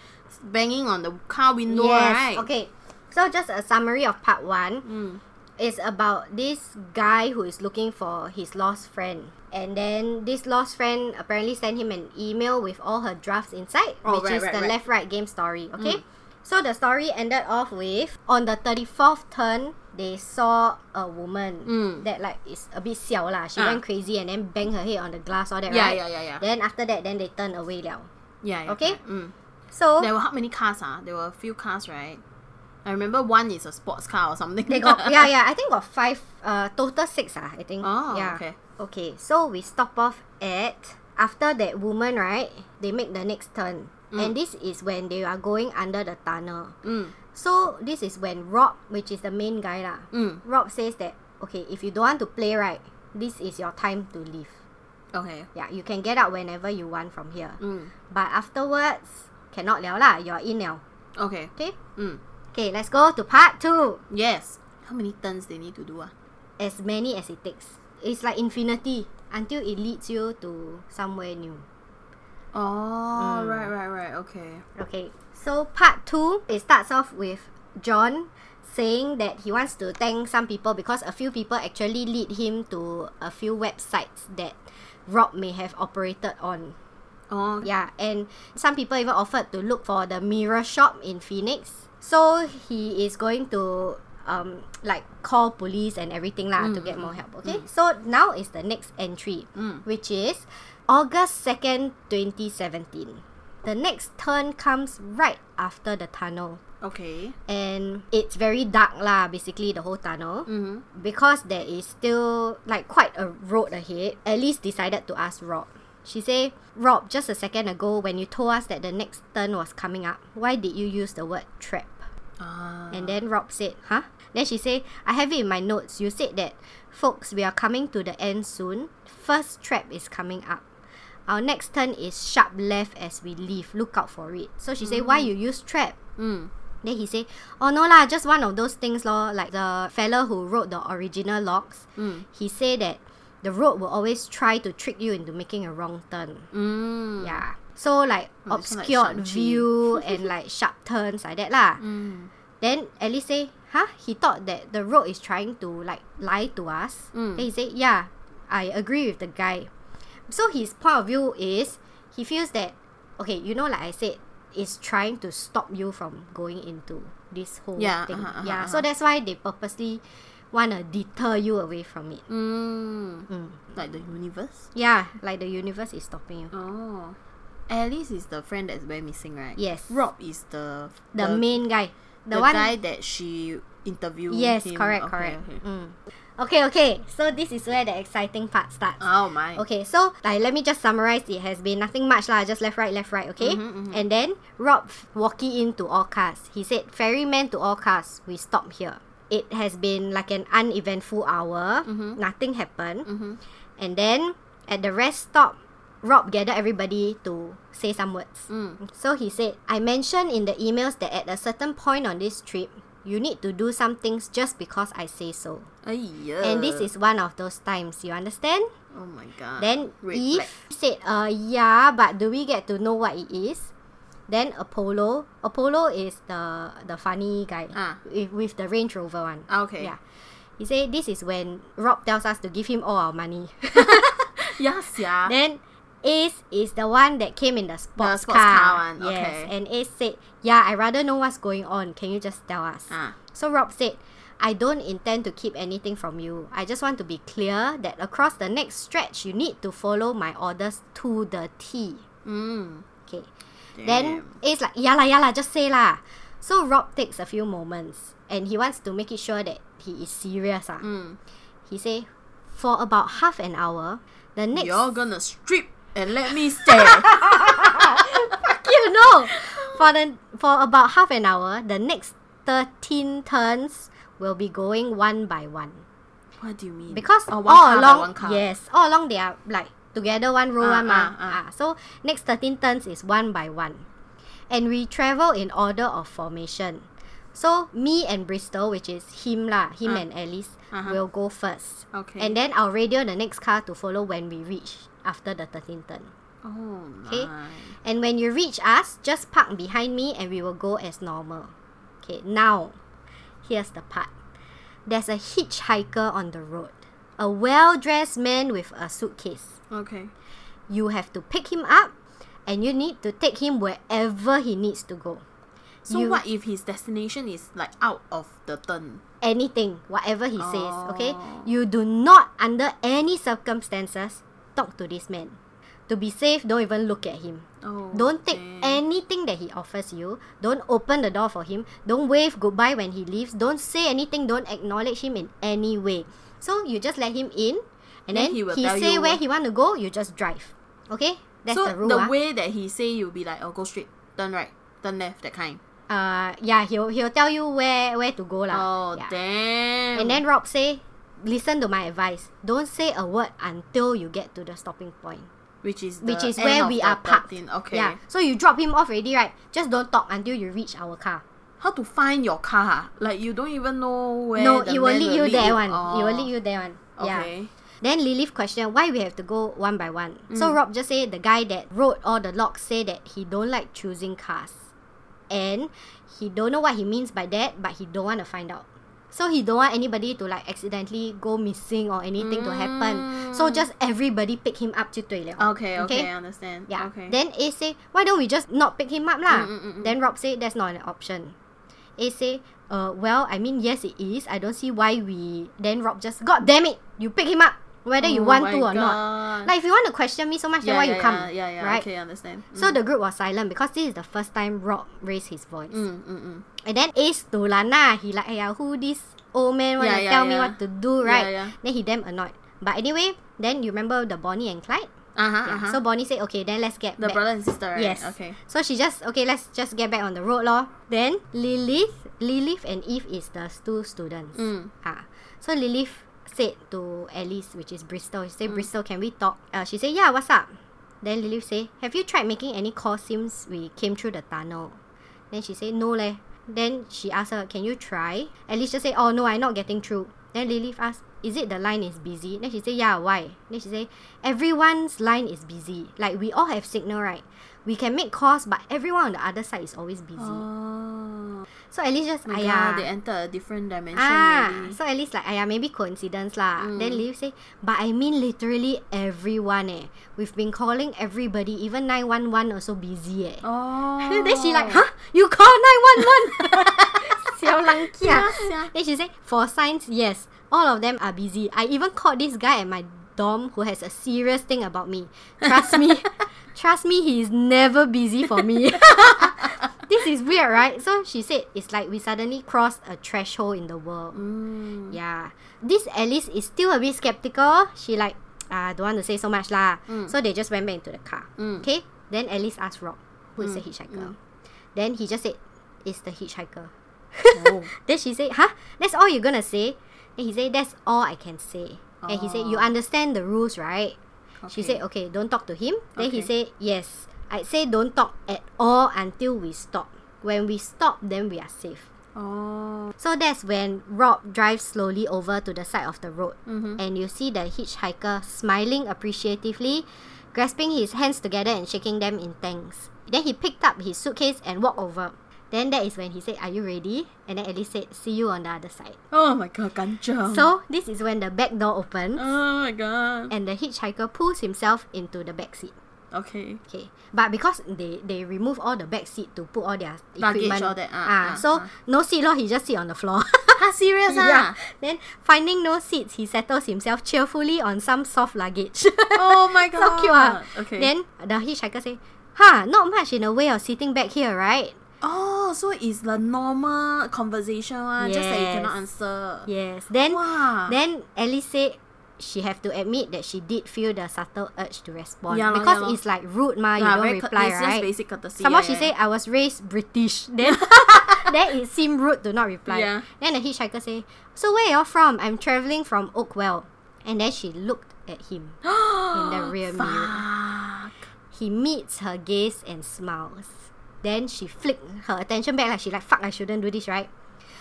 [SPEAKER 2] banging on the car window, right?
[SPEAKER 1] Okay. So just a summary of part one.
[SPEAKER 2] Mm.
[SPEAKER 1] It's about this guy who is looking for his lost friend. And then this lost friend apparently sent him an email with all her drafts inside,
[SPEAKER 2] Oh,
[SPEAKER 1] which
[SPEAKER 2] right,
[SPEAKER 1] is
[SPEAKER 2] right,
[SPEAKER 1] the
[SPEAKER 2] right. Mm.
[SPEAKER 1] left right game story. Okay? So the story ended off with on the 34th turn, they saw a woman
[SPEAKER 2] Mm.
[SPEAKER 1] that like is a bit xiao lah. She
[SPEAKER 2] Ah.
[SPEAKER 1] went crazy and then banged her head on the glass, all that,
[SPEAKER 2] Yeah,
[SPEAKER 1] right?
[SPEAKER 2] yeah, yeah, yeah.
[SPEAKER 1] Then after that, then they turn away liao.
[SPEAKER 2] Yeah. yeah,
[SPEAKER 1] Okay.
[SPEAKER 2] correct. Mm.
[SPEAKER 1] So
[SPEAKER 2] There were how many cars? Ah, there were a few cars, right? I remember one is a sports car or something.
[SPEAKER 1] They got yeah yeah. I think got five. Uh, total six ah. I think.
[SPEAKER 2] Oh,
[SPEAKER 1] yeah.
[SPEAKER 2] okay.
[SPEAKER 1] Okay. So we stop off at after that woman right. They make the next turn, and this is when they are going under the tunnel.
[SPEAKER 2] Mm,
[SPEAKER 1] So this is when Rob, which is the main guy lah,
[SPEAKER 2] mm.
[SPEAKER 1] Rob says that okay, if you don't want to play right, this is your time to leave.
[SPEAKER 2] Okay.
[SPEAKER 1] Yeah, you can get out whenever you want from here,
[SPEAKER 2] Mm.
[SPEAKER 1] but afterwards cannot liao lah. You're in now.
[SPEAKER 2] Okay.
[SPEAKER 1] Okay.
[SPEAKER 2] Mm.
[SPEAKER 1] Okay. Let's go to part two.
[SPEAKER 2] Yes. How many turns they need to do? Ah?
[SPEAKER 1] as many as it takes. It's like infinity until it leads you to somewhere new.
[SPEAKER 2] Oh, right, right, right. Okay.
[SPEAKER 1] Okay, so part two, it starts off with John saying that he wants to thank some people because a few people actually lead him to a few websites that Rob may have operated on.
[SPEAKER 2] Oh,
[SPEAKER 1] Yeah, and some people even offered to look for the mirror shop in Phoenix. So he is going to um like call police and everything lah to get more help. Okay, so now is the next entry,
[SPEAKER 2] Mm.
[SPEAKER 1] which is August second, twenty seventeen. The next turn comes right after the tunnel,
[SPEAKER 2] okay.
[SPEAKER 1] and it's very dark lah. Basically, the whole tunnel
[SPEAKER 2] Mm-hmm.
[SPEAKER 1] because there is still like quite a road ahead, at least decided to ask Rob. She say, Rob, just a second ago when you told us that the next turn was coming up, why did you use the word trap?
[SPEAKER 2] Ah.
[SPEAKER 1] And then Rob said, huh? Then she say, I have it in my notes. You said that, folks, we are coming to the end soon. First trap is coming up. Our next turn is sharp left as we leave. Look out for it. So she say, why you use trap?
[SPEAKER 2] Mm.
[SPEAKER 1] Then he say, oh no lah, just one of those things lor. Like the fella who wrote the original logs,
[SPEAKER 2] Mm.
[SPEAKER 1] he say that the road will always try to trick you into making a wrong turn.
[SPEAKER 2] Mm.
[SPEAKER 1] Yeah. So like
[SPEAKER 2] Oh, this one like
[SPEAKER 1] obscured
[SPEAKER 2] Shang-Chi.
[SPEAKER 1] view and like sharp turns like that lah.
[SPEAKER 2] Mm.
[SPEAKER 1] Then Alice say, huh? He thought that the road is trying to like lie to us.
[SPEAKER 2] Mm.
[SPEAKER 1] Then he say, yeah, I agree with the guy. So his point of view is he feels that okay, you know, like I said, is trying to stop you from going into this whole
[SPEAKER 2] Yeah,
[SPEAKER 1] thing.
[SPEAKER 2] uh-huh, uh-huh,
[SPEAKER 1] yeah.
[SPEAKER 2] uh-huh.
[SPEAKER 1] So that's why they purposely wanna deter you away from it.
[SPEAKER 2] Mm.
[SPEAKER 1] Mm.
[SPEAKER 2] Like the universe?
[SPEAKER 1] Yeah, like the universe is stopping you.
[SPEAKER 2] Oh. Alice is the friend that's very missing, right?
[SPEAKER 1] Yes.
[SPEAKER 2] Rob is the
[SPEAKER 1] The, main guy.
[SPEAKER 2] the,
[SPEAKER 1] The, one
[SPEAKER 2] guy that she interviewed.
[SPEAKER 1] Yes,
[SPEAKER 2] him.
[SPEAKER 1] correct,
[SPEAKER 2] Okay,
[SPEAKER 1] correct.
[SPEAKER 2] okay.
[SPEAKER 1] Mm. okay, okay. So this is where the exciting part starts.
[SPEAKER 2] Oh my.
[SPEAKER 1] Okay, so like let me just summarize. It has been nothing much lah, just left, right, left, right. Okay,
[SPEAKER 2] Mhm, mhm.
[SPEAKER 1] and then Rob f- walking into all cars. He said, "Ferryman to all cars. We stop here." It has been like an uneventful hour. Nothing happened,
[SPEAKER 2] Mm-hmm.
[SPEAKER 1] and then at the rest stop, Rob gathered everybody to say some words.
[SPEAKER 2] Mm.
[SPEAKER 1] So he said, I mentioned in the emails that at a certain point on this trip, you need to do some things just because I say so.
[SPEAKER 2] Aiyah.
[SPEAKER 1] And this is one of those times, you understand?
[SPEAKER 2] Oh my god.
[SPEAKER 1] Then
[SPEAKER 2] Red
[SPEAKER 1] Eve
[SPEAKER 2] flag.
[SPEAKER 1] said, uh, yeah, but do we get to know what it is? Then Apollo, Apollo is the the funny guy
[SPEAKER 2] Ah.
[SPEAKER 1] with, with the Range Rover one.
[SPEAKER 2] Ah, okay.
[SPEAKER 1] Yeah. He said this is when Rob tells us to give him all our money.
[SPEAKER 2] Yes, yeah.
[SPEAKER 1] then Ace is the one that came in the sports,
[SPEAKER 2] sports car one,
[SPEAKER 1] Yes.
[SPEAKER 2] okay.
[SPEAKER 1] And Ace said, yeah, I rather know what's going on. Can you just tell us?
[SPEAKER 2] ah.
[SPEAKER 1] So Rob said, I don't intend to keep anything from you. I just want to be clear that across the next stretch, you need to follow my orders to the T.
[SPEAKER 2] Mm.
[SPEAKER 1] Okay.
[SPEAKER 2] Damn.
[SPEAKER 1] Then it's like, yeah lah, yeah lah, just say lah. So Rob takes a few moments and he wants to make it sure that he is serious. Ah.
[SPEAKER 2] Mm.
[SPEAKER 1] He say, for about half an hour, the next...
[SPEAKER 2] You're gonna strip and let me stare.
[SPEAKER 1] you know, for the for about half an hour, the next thirteen turns will be going one by one
[SPEAKER 2] what do you mean?
[SPEAKER 1] because
[SPEAKER 2] Oh, one
[SPEAKER 1] all
[SPEAKER 2] car by
[SPEAKER 1] along,
[SPEAKER 2] one car.
[SPEAKER 1] yes, all along they are like together one row
[SPEAKER 2] Ah,
[SPEAKER 1] one mah.
[SPEAKER 2] ah,
[SPEAKER 1] Ah, so next thirteen turns is one by one, and we travel in order of formation. So me and Bristol, which is him lah, him
[SPEAKER 2] Ah.
[SPEAKER 1] and Alice,
[SPEAKER 2] Uh-huh.
[SPEAKER 1] will go first,
[SPEAKER 2] Okay.
[SPEAKER 1] and then I'll radio the next car to follow when we reach after the thirteen turn.
[SPEAKER 2] oh
[SPEAKER 1] Okay.
[SPEAKER 2] my.
[SPEAKER 1] And when you reach us, just park behind me and we will go as normal. Okay, now, here's the part. There's a hitchhiker on the road, a well dressed man with a suitcase.
[SPEAKER 2] Okay.
[SPEAKER 1] You have to pick him up and you need to take him wherever he needs to go.
[SPEAKER 2] So
[SPEAKER 1] You-
[SPEAKER 2] what if his destination is like out of the turn?
[SPEAKER 1] Anything, whatever he says, okay?
[SPEAKER 2] Oh.
[SPEAKER 1] You do not, under any circumstances, talk to this man. To be safe, don't even look at him.
[SPEAKER 2] Oh.
[SPEAKER 1] Don't take
[SPEAKER 2] damn.
[SPEAKER 1] anything that he offers you. Don't open the door for him. Don't wave goodbye when he leaves. Don't say anything. Don't acknowledge him in any way. So you just let him in, and then
[SPEAKER 2] Then he
[SPEAKER 1] he,
[SPEAKER 2] will tell
[SPEAKER 1] say
[SPEAKER 2] you
[SPEAKER 1] where
[SPEAKER 2] what-
[SPEAKER 1] he want to go. You just drive. Okay, that's
[SPEAKER 2] so
[SPEAKER 1] the rule. ah.
[SPEAKER 2] way that he say you'll be like, oh, go straight, turn right, turn left, that kind.
[SPEAKER 1] uh, yeah, he'll he'll tell you where where to go lah.
[SPEAKER 2] Oh
[SPEAKER 1] Yeah.
[SPEAKER 2] damn.
[SPEAKER 1] And then Rob say, listen to my advice. Don't say a word until you get to the stopping point.
[SPEAKER 2] which is
[SPEAKER 1] which is
[SPEAKER 2] the end
[SPEAKER 1] where
[SPEAKER 2] of
[SPEAKER 1] we
[SPEAKER 2] the
[SPEAKER 1] are parked.
[SPEAKER 2] 13. Okay.
[SPEAKER 1] Yeah. So you drop him off already, right? Just don't talk until you reach our car.
[SPEAKER 2] How to find your car? Like you don't even know where.
[SPEAKER 1] no,
[SPEAKER 2] the
[SPEAKER 1] it will
[SPEAKER 2] man
[SPEAKER 1] lead you there one. It
[SPEAKER 2] Oh.
[SPEAKER 1] will lead you there one. Yeah.
[SPEAKER 2] Okay.
[SPEAKER 1] Then Lilith questioned why we have to go one by one.
[SPEAKER 2] Mm.
[SPEAKER 1] So Rob just say the guy that wrote all the logs say that he don't like choosing cars, and he don't know what he means by that, but he don't want to find out. So he don't want anybody to like accidentally go missing or anything to happen.
[SPEAKER 2] Mm.
[SPEAKER 1] So just everybody pick him up 就对了.
[SPEAKER 2] Okay. Okay. I understand.
[SPEAKER 1] Yeah.
[SPEAKER 2] Okay.
[SPEAKER 1] Then A say, why don't we just not pick him up lah?
[SPEAKER 2] Mm, mm, mm, mm.
[SPEAKER 1] Then Rob say, that's not an option. A say, uh, well, I mean, yes, it is. I don't see why we. Then Rob just, God damn it, you pick him up, whether you
[SPEAKER 2] Oh
[SPEAKER 1] want
[SPEAKER 2] my
[SPEAKER 1] to or not.
[SPEAKER 2] God.
[SPEAKER 1] Like, if you want to question me so much,
[SPEAKER 2] yeah,
[SPEAKER 1] then why
[SPEAKER 2] yeah,
[SPEAKER 1] you come?
[SPEAKER 2] Yeah. Yeah. yeah,
[SPEAKER 1] Right?
[SPEAKER 2] Okay. Understand. Mm.
[SPEAKER 1] So the group was silent because this is the first time Rob raised his voice.
[SPEAKER 2] Mm, mm, mm.
[SPEAKER 1] And then Ace to Lana, he like, hey, who this old man wanna
[SPEAKER 2] Yeah, yeah,
[SPEAKER 1] tell me
[SPEAKER 2] yeah.
[SPEAKER 1] what to do, right?
[SPEAKER 2] Yeah, yeah.
[SPEAKER 1] Then he damn annoyed. But anyway, then you remember the Bonnie and Clyde?
[SPEAKER 2] Uh huh.
[SPEAKER 1] Yeah.
[SPEAKER 2] Uh-huh.
[SPEAKER 1] So Bonnie said, okay, then let's get
[SPEAKER 2] the
[SPEAKER 1] back.
[SPEAKER 2] brother and sister. Right?
[SPEAKER 1] Yes.
[SPEAKER 2] Okay.
[SPEAKER 1] So she just okay, let's just get back on the road lor. Then Lilith, Lilith and Eve is the two students.
[SPEAKER 2] Mm.
[SPEAKER 1] Ah. So Lilith said to Alice, which is Bristol, she said, Bristol, can we talk? Uh, she said, Yeah, what's up? Then Lilith say, Have you tried making any calls since we came through the tunnel? Then she said, No leh. Then she asked her, Can you try? Alice just say, Oh no, I'm not getting through. Then Lilith asked, Is it the line is busy? Then she said, Yeah, why? Then she said, Everyone's line is busy. Like we all have signal, right? We can make calls, but everyone on the other side is always busy.
[SPEAKER 2] Oh.
[SPEAKER 1] So Alice just,
[SPEAKER 2] My
[SPEAKER 1] Ayah.
[SPEAKER 2] God, they enter a different dimension
[SPEAKER 1] Ah,
[SPEAKER 2] already.
[SPEAKER 1] so at least like !aiya! maybe coincidence lah.
[SPEAKER 2] Mm.
[SPEAKER 1] Then Liv say, but I mean literally everyone eh. We've been calling everybody, even nine one one also busy eh.
[SPEAKER 2] Oh.
[SPEAKER 1] Then she like, huh? You call nine one one? Xiao lang kia.
[SPEAKER 2] Oh. Yeah, sia.
[SPEAKER 1] Then she say, for science, yes, all of them are busy. I even called this guy at my dorm who has a serious thing about me. Trust me, trust me, he is never busy for me. this is weird, right? So she said, it's like we suddenly crossed a threshold in the world.
[SPEAKER 2] Mm.
[SPEAKER 1] Yeah. This Alice is still a bit skeptical. She like, ah, don't want to say so much lah. So they just went back into the car.
[SPEAKER 2] Mm.
[SPEAKER 1] Okay? Then Alice asked Rob, who is the hitchhiker. Then he just said, it's the hitchhiker.
[SPEAKER 2] Oh.
[SPEAKER 1] Then she said, huh? That's all you're gonna say? And he said, that's all I can say. And he said, you
[SPEAKER 2] Oh.
[SPEAKER 1] understand the rules, right? She said, okay, don't talk to him. Then he
[SPEAKER 2] Okay.
[SPEAKER 1] said, yes. I'd say don't talk at all until we stop. When we stop, then we are safe.
[SPEAKER 2] Oh.
[SPEAKER 1] So that's when Rob drives slowly over to the side of the road.
[SPEAKER 2] Mm-hmm.
[SPEAKER 1] And you see the hitchhiker smiling appreciatively, grasping his hands together and shaking them in thanks. Then he picked up his suitcase and walked over. Then that is when he said, Are you ready? And then Ellie said, See you on the other side.
[SPEAKER 2] Oh my god, kanchong.
[SPEAKER 1] So this is when the back door opens
[SPEAKER 2] Oh my god.
[SPEAKER 1] and the hitchhiker pulls himself into the back seat.
[SPEAKER 2] Okay.
[SPEAKER 1] Okay, but because they they remove all the back seat to put all their
[SPEAKER 2] Luggage,
[SPEAKER 1] equipment,
[SPEAKER 2] all that, ah, ah,
[SPEAKER 1] so
[SPEAKER 2] ah.
[SPEAKER 1] no seat lor. He just sit on the floor.
[SPEAKER 2] Ha, serious
[SPEAKER 1] yeah.
[SPEAKER 2] ah?
[SPEAKER 1] Then finding no seats, he settles himself cheerfully on some soft luggage.
[SPEAKER 2] Oh my god.
[SPEAKER 1] so cute ah.
[SPEAKER 2] Okay.
[SPEAKER 1] Then the hitchhiker say, "Huh, not much in a way of sitting back here, right?"
[SPEAKER 2] oh, so it's the normal conversation one, just that you cannot answer.
[SPEAKER 1] Yes. Then
[SPEAKER 2] Wah.
[SPEAKER 1] then Ellie said. She have to admit that she did feel the subtle urge to respond
[SPEAKER 2] Yeah lor,
[SPEAKER 1] because
[SPEAKER 2] yeah lor.
[SPEAKER 1] it's like rude, ma.
[SPEAKER 2] Yeah,
[SPEAKER 1] you don't
[SPEAKER 2] very cur-
[SPEAKER 1] reply,
[SPEAKER 2] it's
[SPEAKER 1] right?
[SPEAKER 2] just basic courtesy.
[SPEAKER 1] Somehow
[SPEAKER 2] yeah,
[SPEAKER 1] she
[SPEAKER 2] yeah,
[SPEAKER 1] said I was raised British. Then then it seemed rude to not reply.
[SPEAKER 2] Yeah.
[SPEAKER 1] Then the hitchhiker say, So where you're from? I'm travelling from Oakwell. And then she looked at him in the rear mirror.
[SPEAKER 2] Fuck.
[SPEAKER 1] He meets her gaze and smiles. Then she flicked her attention back like she like fuck I shouldn't do this, right?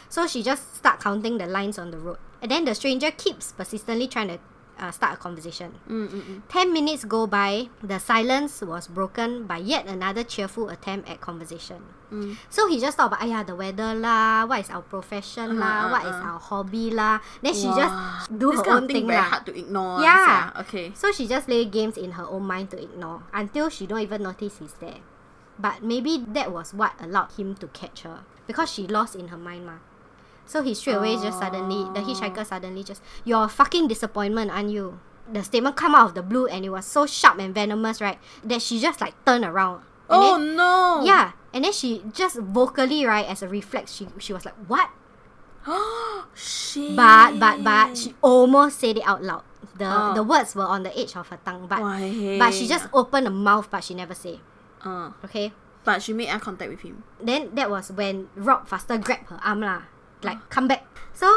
[SPEAKER 1] So she just start counting the lines on the road. And then the stranger keeps persistently trying to uh, start a conversation.
[SPEAKER 2] Mm, mm, mm.
[SPEAKER 1] Ten minutes go by, the silence was broken by yet another cheerful attempt at conversation.
[SPEAKER 2] Mm.
[SPEAKER 1] So he just talked about, yeah, the weather lah, what is our profession lah,
[SPEAKER 2] Uh-huh,
[SPEAKER 1] what is our hobby lah. Then she
[SPEAKER 2] Wah.
[SPEAKER 1] just do
[SPEAKER 2] this
[SPEAKER 1] her
[SPEAKER 2] kind
[SPEAKER 1] own
[SPEAKER 2] of thing,
[SPEAKER 1] thing
[SPEAKER 2] very
[SPEAKER 1] lah.
[SPEAKER 2] hard to ignore. one,
[SPEAKER 1] Yeah.
[SPEAKER 2] sia. Okay.
[SPEAKER 1] So she just play games in her own mind to ignore until she don't even notice he's there. But maybe that was what allowed him to catch her because she lost in her mind ma. So he straight away just suddenly the hitchhiker suddenly just you're a fucking disappointment, aren't you? The statement come out of the blue and it was so sharp and venomous, right? That she just like turned around. And
[SPEAKER 2] Oh
[SPEAKER 1] then-
[SPEAKER 2] no.
[SPEAKER 1] yeah, and then she just vocally right as a reflex she she was like what?
[SPEAKER 2] Shit.
[SPEAKER 1] But but but she almost said it out loud. The
[SPEAKER 2] Oh.
[SPEAKER 1] the words were on the edge of her tongue, but
[SPEAKER 2] Wah, hey.
[SPEAKER 1] but she just opened her mouth, but she never say.
[SPEAKER 2] Uh,
[SPEAKER 1] Okay.
[SPEAKER 2] but she made eye contact with him.
[SPEAKER 1] Then that was when Rob faster grabbed her arm lah, like come back. So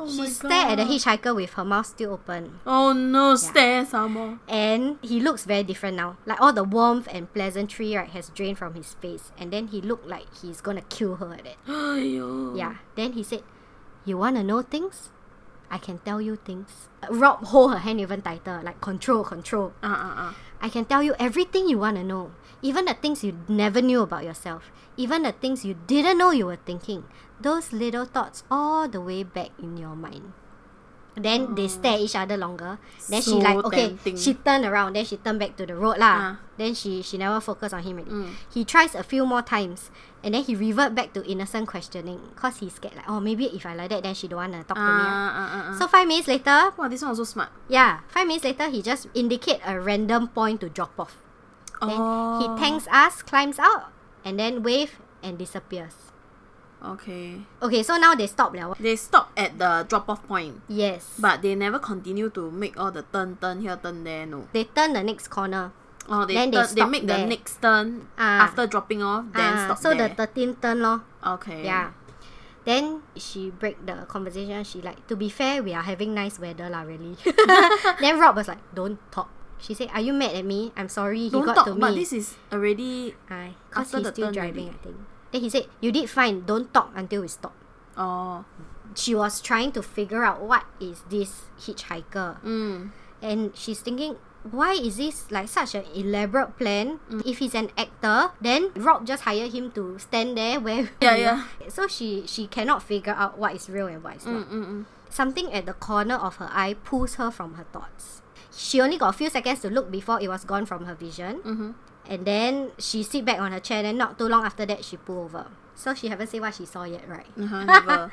[SPEAKER 2] Oh my
[SPEAKER 1] she stared at the
[SPEAKER 2] God.
[SPEAKER 1] hitchhiker with her mouth still open,
[SPEAKER 2] Oh no, stare some more.
[SPEAKER 1] and he looks very different now. Like all the warmth and pleasantry right has drained from his face, and then he looked like he's gonna kill her at that.
[SPEAKER 2] Aiyo.
[SPEAKER 1] Yeah. Then he said, "You wanna know things? I can tell you things." Rob hold her hand even tighter, like control, control.
[SPEAKER 2] Uh uh uh.
[SPEAKER 1] I can tell you everything you want to know, even the things you never knew about yourself, even the things you didn't know you were thinking. Those little thoughts all the way back in your mind. Then they stare at each other longer. Then she
[SPEAKER 2] Hmm. So
[SPEAKER 1] like okay,
[SPEAKER 2] tempting.
[SPEAKER 1] she turned around. Then she turned back to the road lah.
[SPEAKER 2] Ah. Hmm.
[SPEAKER 1] Then she she never focused on him already. He tries a few more times, and then he revert back to innocent questioning, cause he's scared like oh maybe if I like that then she don't wanna talk
[SPEAKER 2] Uh,
[SPEAKER 1] to me. ah."
[SPEAKER 2] uh, uh, uh.
[SPEAKER 1] So five minutes later,
[SPEAKER 2] wow, this one was so smart.
[SPEAKER 1] yeah, five minutes later, he just indicate a random point to drop off. Then
[SPEAKER 2] oh.
[SPEAKER 1] he thanks us, climbs out, and then wave and disappears.
[SPEAKER 2] Okay.
[SPEAKER 1] Okay, so now they stop now.
[SPEAKER 2] They stop at the drop off point,
[SPEAKER 1] Yes.
[SPEAKER 2] but they never continue to make all the turn, turn here, turn there. No.
[SPEAKER 1] they turn the next corner.
[SPEAKER 2] Oh, they
[SPEAKER 1] Then they
[SPEAKER 2] turn, they,
[SPEAKER 1] stop
[SPEAKER 2] make
[SPEAKER 1] there.
[SPEAKER 2] the next turn
[SPEAKER 1] Ah.
[SPEAKER 2] after dropping off, then
[SPEAKER 1] Ah,
[SPEAKER 2] stop
[SPEAKER 1] so
[SPEAKER 2] there.
[SPEAKER 1] the 13th turn lor.
[SPEAKER 2] okay.
[SPEAKER 1] Yeah. Then she break the conversation. She like, to be fair, we are having nice weather lah, really. then Rob was like, don't talk. She said, are you mad at me? I'm sorry,
[SPEAKER 2] Don't
[SPEAKER 1] he got
[SPEAKER 2] talk.
[SPEAKER 1] to me.
[SPEAKER 2] But this is already.
[SPEAKER 1] Aye, cause
[SPEAKER 2] after
[SPEAKER 1] he's
[SPEAKER 2] the
[SPEAKER 1] still
[SPEAKER 2] turn
[SPEAKER 1] driving,
[SPEAKER 2] already.
[SPEAKER 1] I think. Then he said, you did fine, don't talk until we stop.
[SPEAKER 2] Oh.
[SPEAKER 1] she was trying to figure out what is this hitchhiker
[SPEAKER 2] Mm.
[SPEAKER 1] and she's thinking why is this like such an elaborate plan
[SPEAKER 2] Mm.
[SPEAKER 1] if he's an actor then rob just hired him to stand there where
[SPEAKER 2] Yeah, yeah.
[SPEAKER 1] so she she cannot figure out what is real and what is not
[SPEAKER 2] Mm, mm, mm.
[SPEAKER 1] something at the corner of her eye pulls her from her thoughts she only got a few seconds to look before it was gone from her vision
[SPEAKER 2] Mhm.
[SPEAKER 1] and then she sit back on her chair then not too long after that she pull over so she haven't say what she saw yet right
[SPEAKER 2] Uh-huh, never.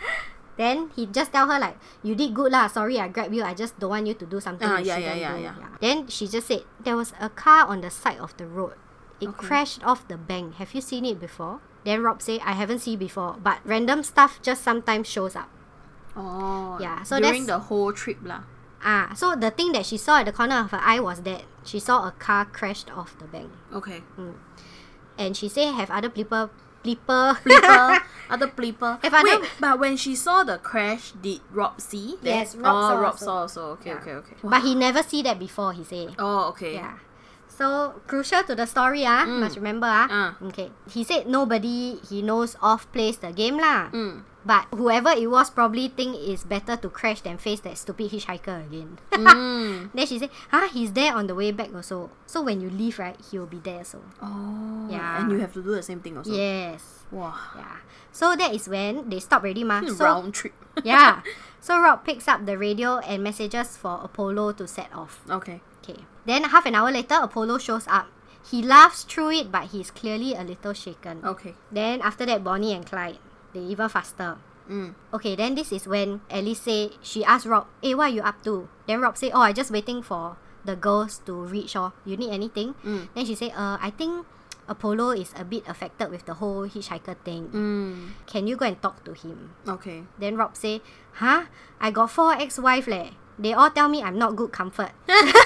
[SPEAKER 1] Then he just tell her like, "You did good lah. Sorry, I grabbed you. I just don't want you to do something
[SPEAKER 2] Ah,
[SPEAKER 1] you
[SPEAKER 2] yeah,
[SPEAKER 1] shouldn't
[SPEAKER 2] yeah, yeah,
[SPEAKER 1] do."
[SPEAKER 2] yeah.
[SPEAKER 1] Then she just said there was a car on the side of the road. It
[SPEAKER 2] Okay.
[SPEAKER 1] crashed off the bank. Have you seen it before? Then Rob say, "I haven't seen before, but random stuff just sometimes shows up."
[SPEAKER 2] Oh.
[SPEAKER 1] Yeah, so
[SPEAKER 2] during
[SPEAKER 1] that's-
[SPEAKER 2] the whole trip lah.
[SPEAKER 1] Ah, so the thing that she saw at the corner of her eye was that she saw a car crashed off the bank.
[SPEAKER 2] Okay.
[SPEAKER 1] And she say, "Have other people Bleeper.
[SPEAKER 2] Bleeper, other bleeper.
[SPEAKER 1] Have other-
[SPEAKER 2] Wait, but when she saw the crash, did Rob see? that?
[SPEAKER 1] Yes, Rob
[SPEAKER 2] oh,
[SPEAKER 1] saw
[SPEAKER 2] Rob
[SPEAKER 1] also.
[SPEAKER 2] saw also. Okay,
[SPEAKER 1] Yeah.
[SPEAKER 2] okay, okay.
[SPEAKER 1] but he never see that before, he say.
[SPEAKER 2] oh, okay.
[SPEAKER 1] Yeah. So crucial to the story ah,
[SPEAKER 2] Mm.
[SPEAKER 1] must remember ah.
[SPEAKER 2] Ah.
[SPEAKER 1] Okay. He said nobody he knows of plays the game lah.
[SPEAKER 2] Mm.
[SPEAKER 1] But whoever it was probably think it's better to crash than face that stupid hitchhiker again.
[SPEAKER 2] Mm.
[SPEAKER 1] Then she said, huh, he's there on the way back also. So when you leave, right, he'll be there also.
[SPEAKER 2] Oh,
[SPEAKER 1] Yeah.
[SPEAKER 2] And you have to do the same thing also.
[SPEAKER 1] Yes.
[SPEAKER 2] Wow.
[SPEAKER 1] Yeah. So that is when they stop already mah. So
[SPEAKER 2] Round trip.
[SPEAKER 1] yeah. So Rob picks up the radio and messages for Apollo to set off.
[SPEAKER 2] okay.
[SPEAKER 1] Okay. Then half an hour later, Apollo shows up. He laughs through it, but he's clearly a little shaken.
[SPEAKER 2] Okay.
[SPEAKER 1] Then after that, Bonnie and Clyde. They even faster.
[SPEAKER 2] Mm.
[SPEAKER 1] Okay, then this is when Alice say she asked Rob, "Hey, what are you up to?" Then Rob say, "Oh, I just waiting for the girls to reach. Or you need anything?"
[SPEAKER 2] Mm.
[SPEAKER 1] Then she say, "Uh, I think Apollo is a bit affected with the whole hitchhiker thing.
[SPEAKER 2] Mm.
[SPEAKER 1] Can you go and talk to him?"
[SPEAKER 2] Okay.
[SPEAKER 1] Then Rob say, "Huh? I got four ex-wife leh. They all tell me I'm not good comfort.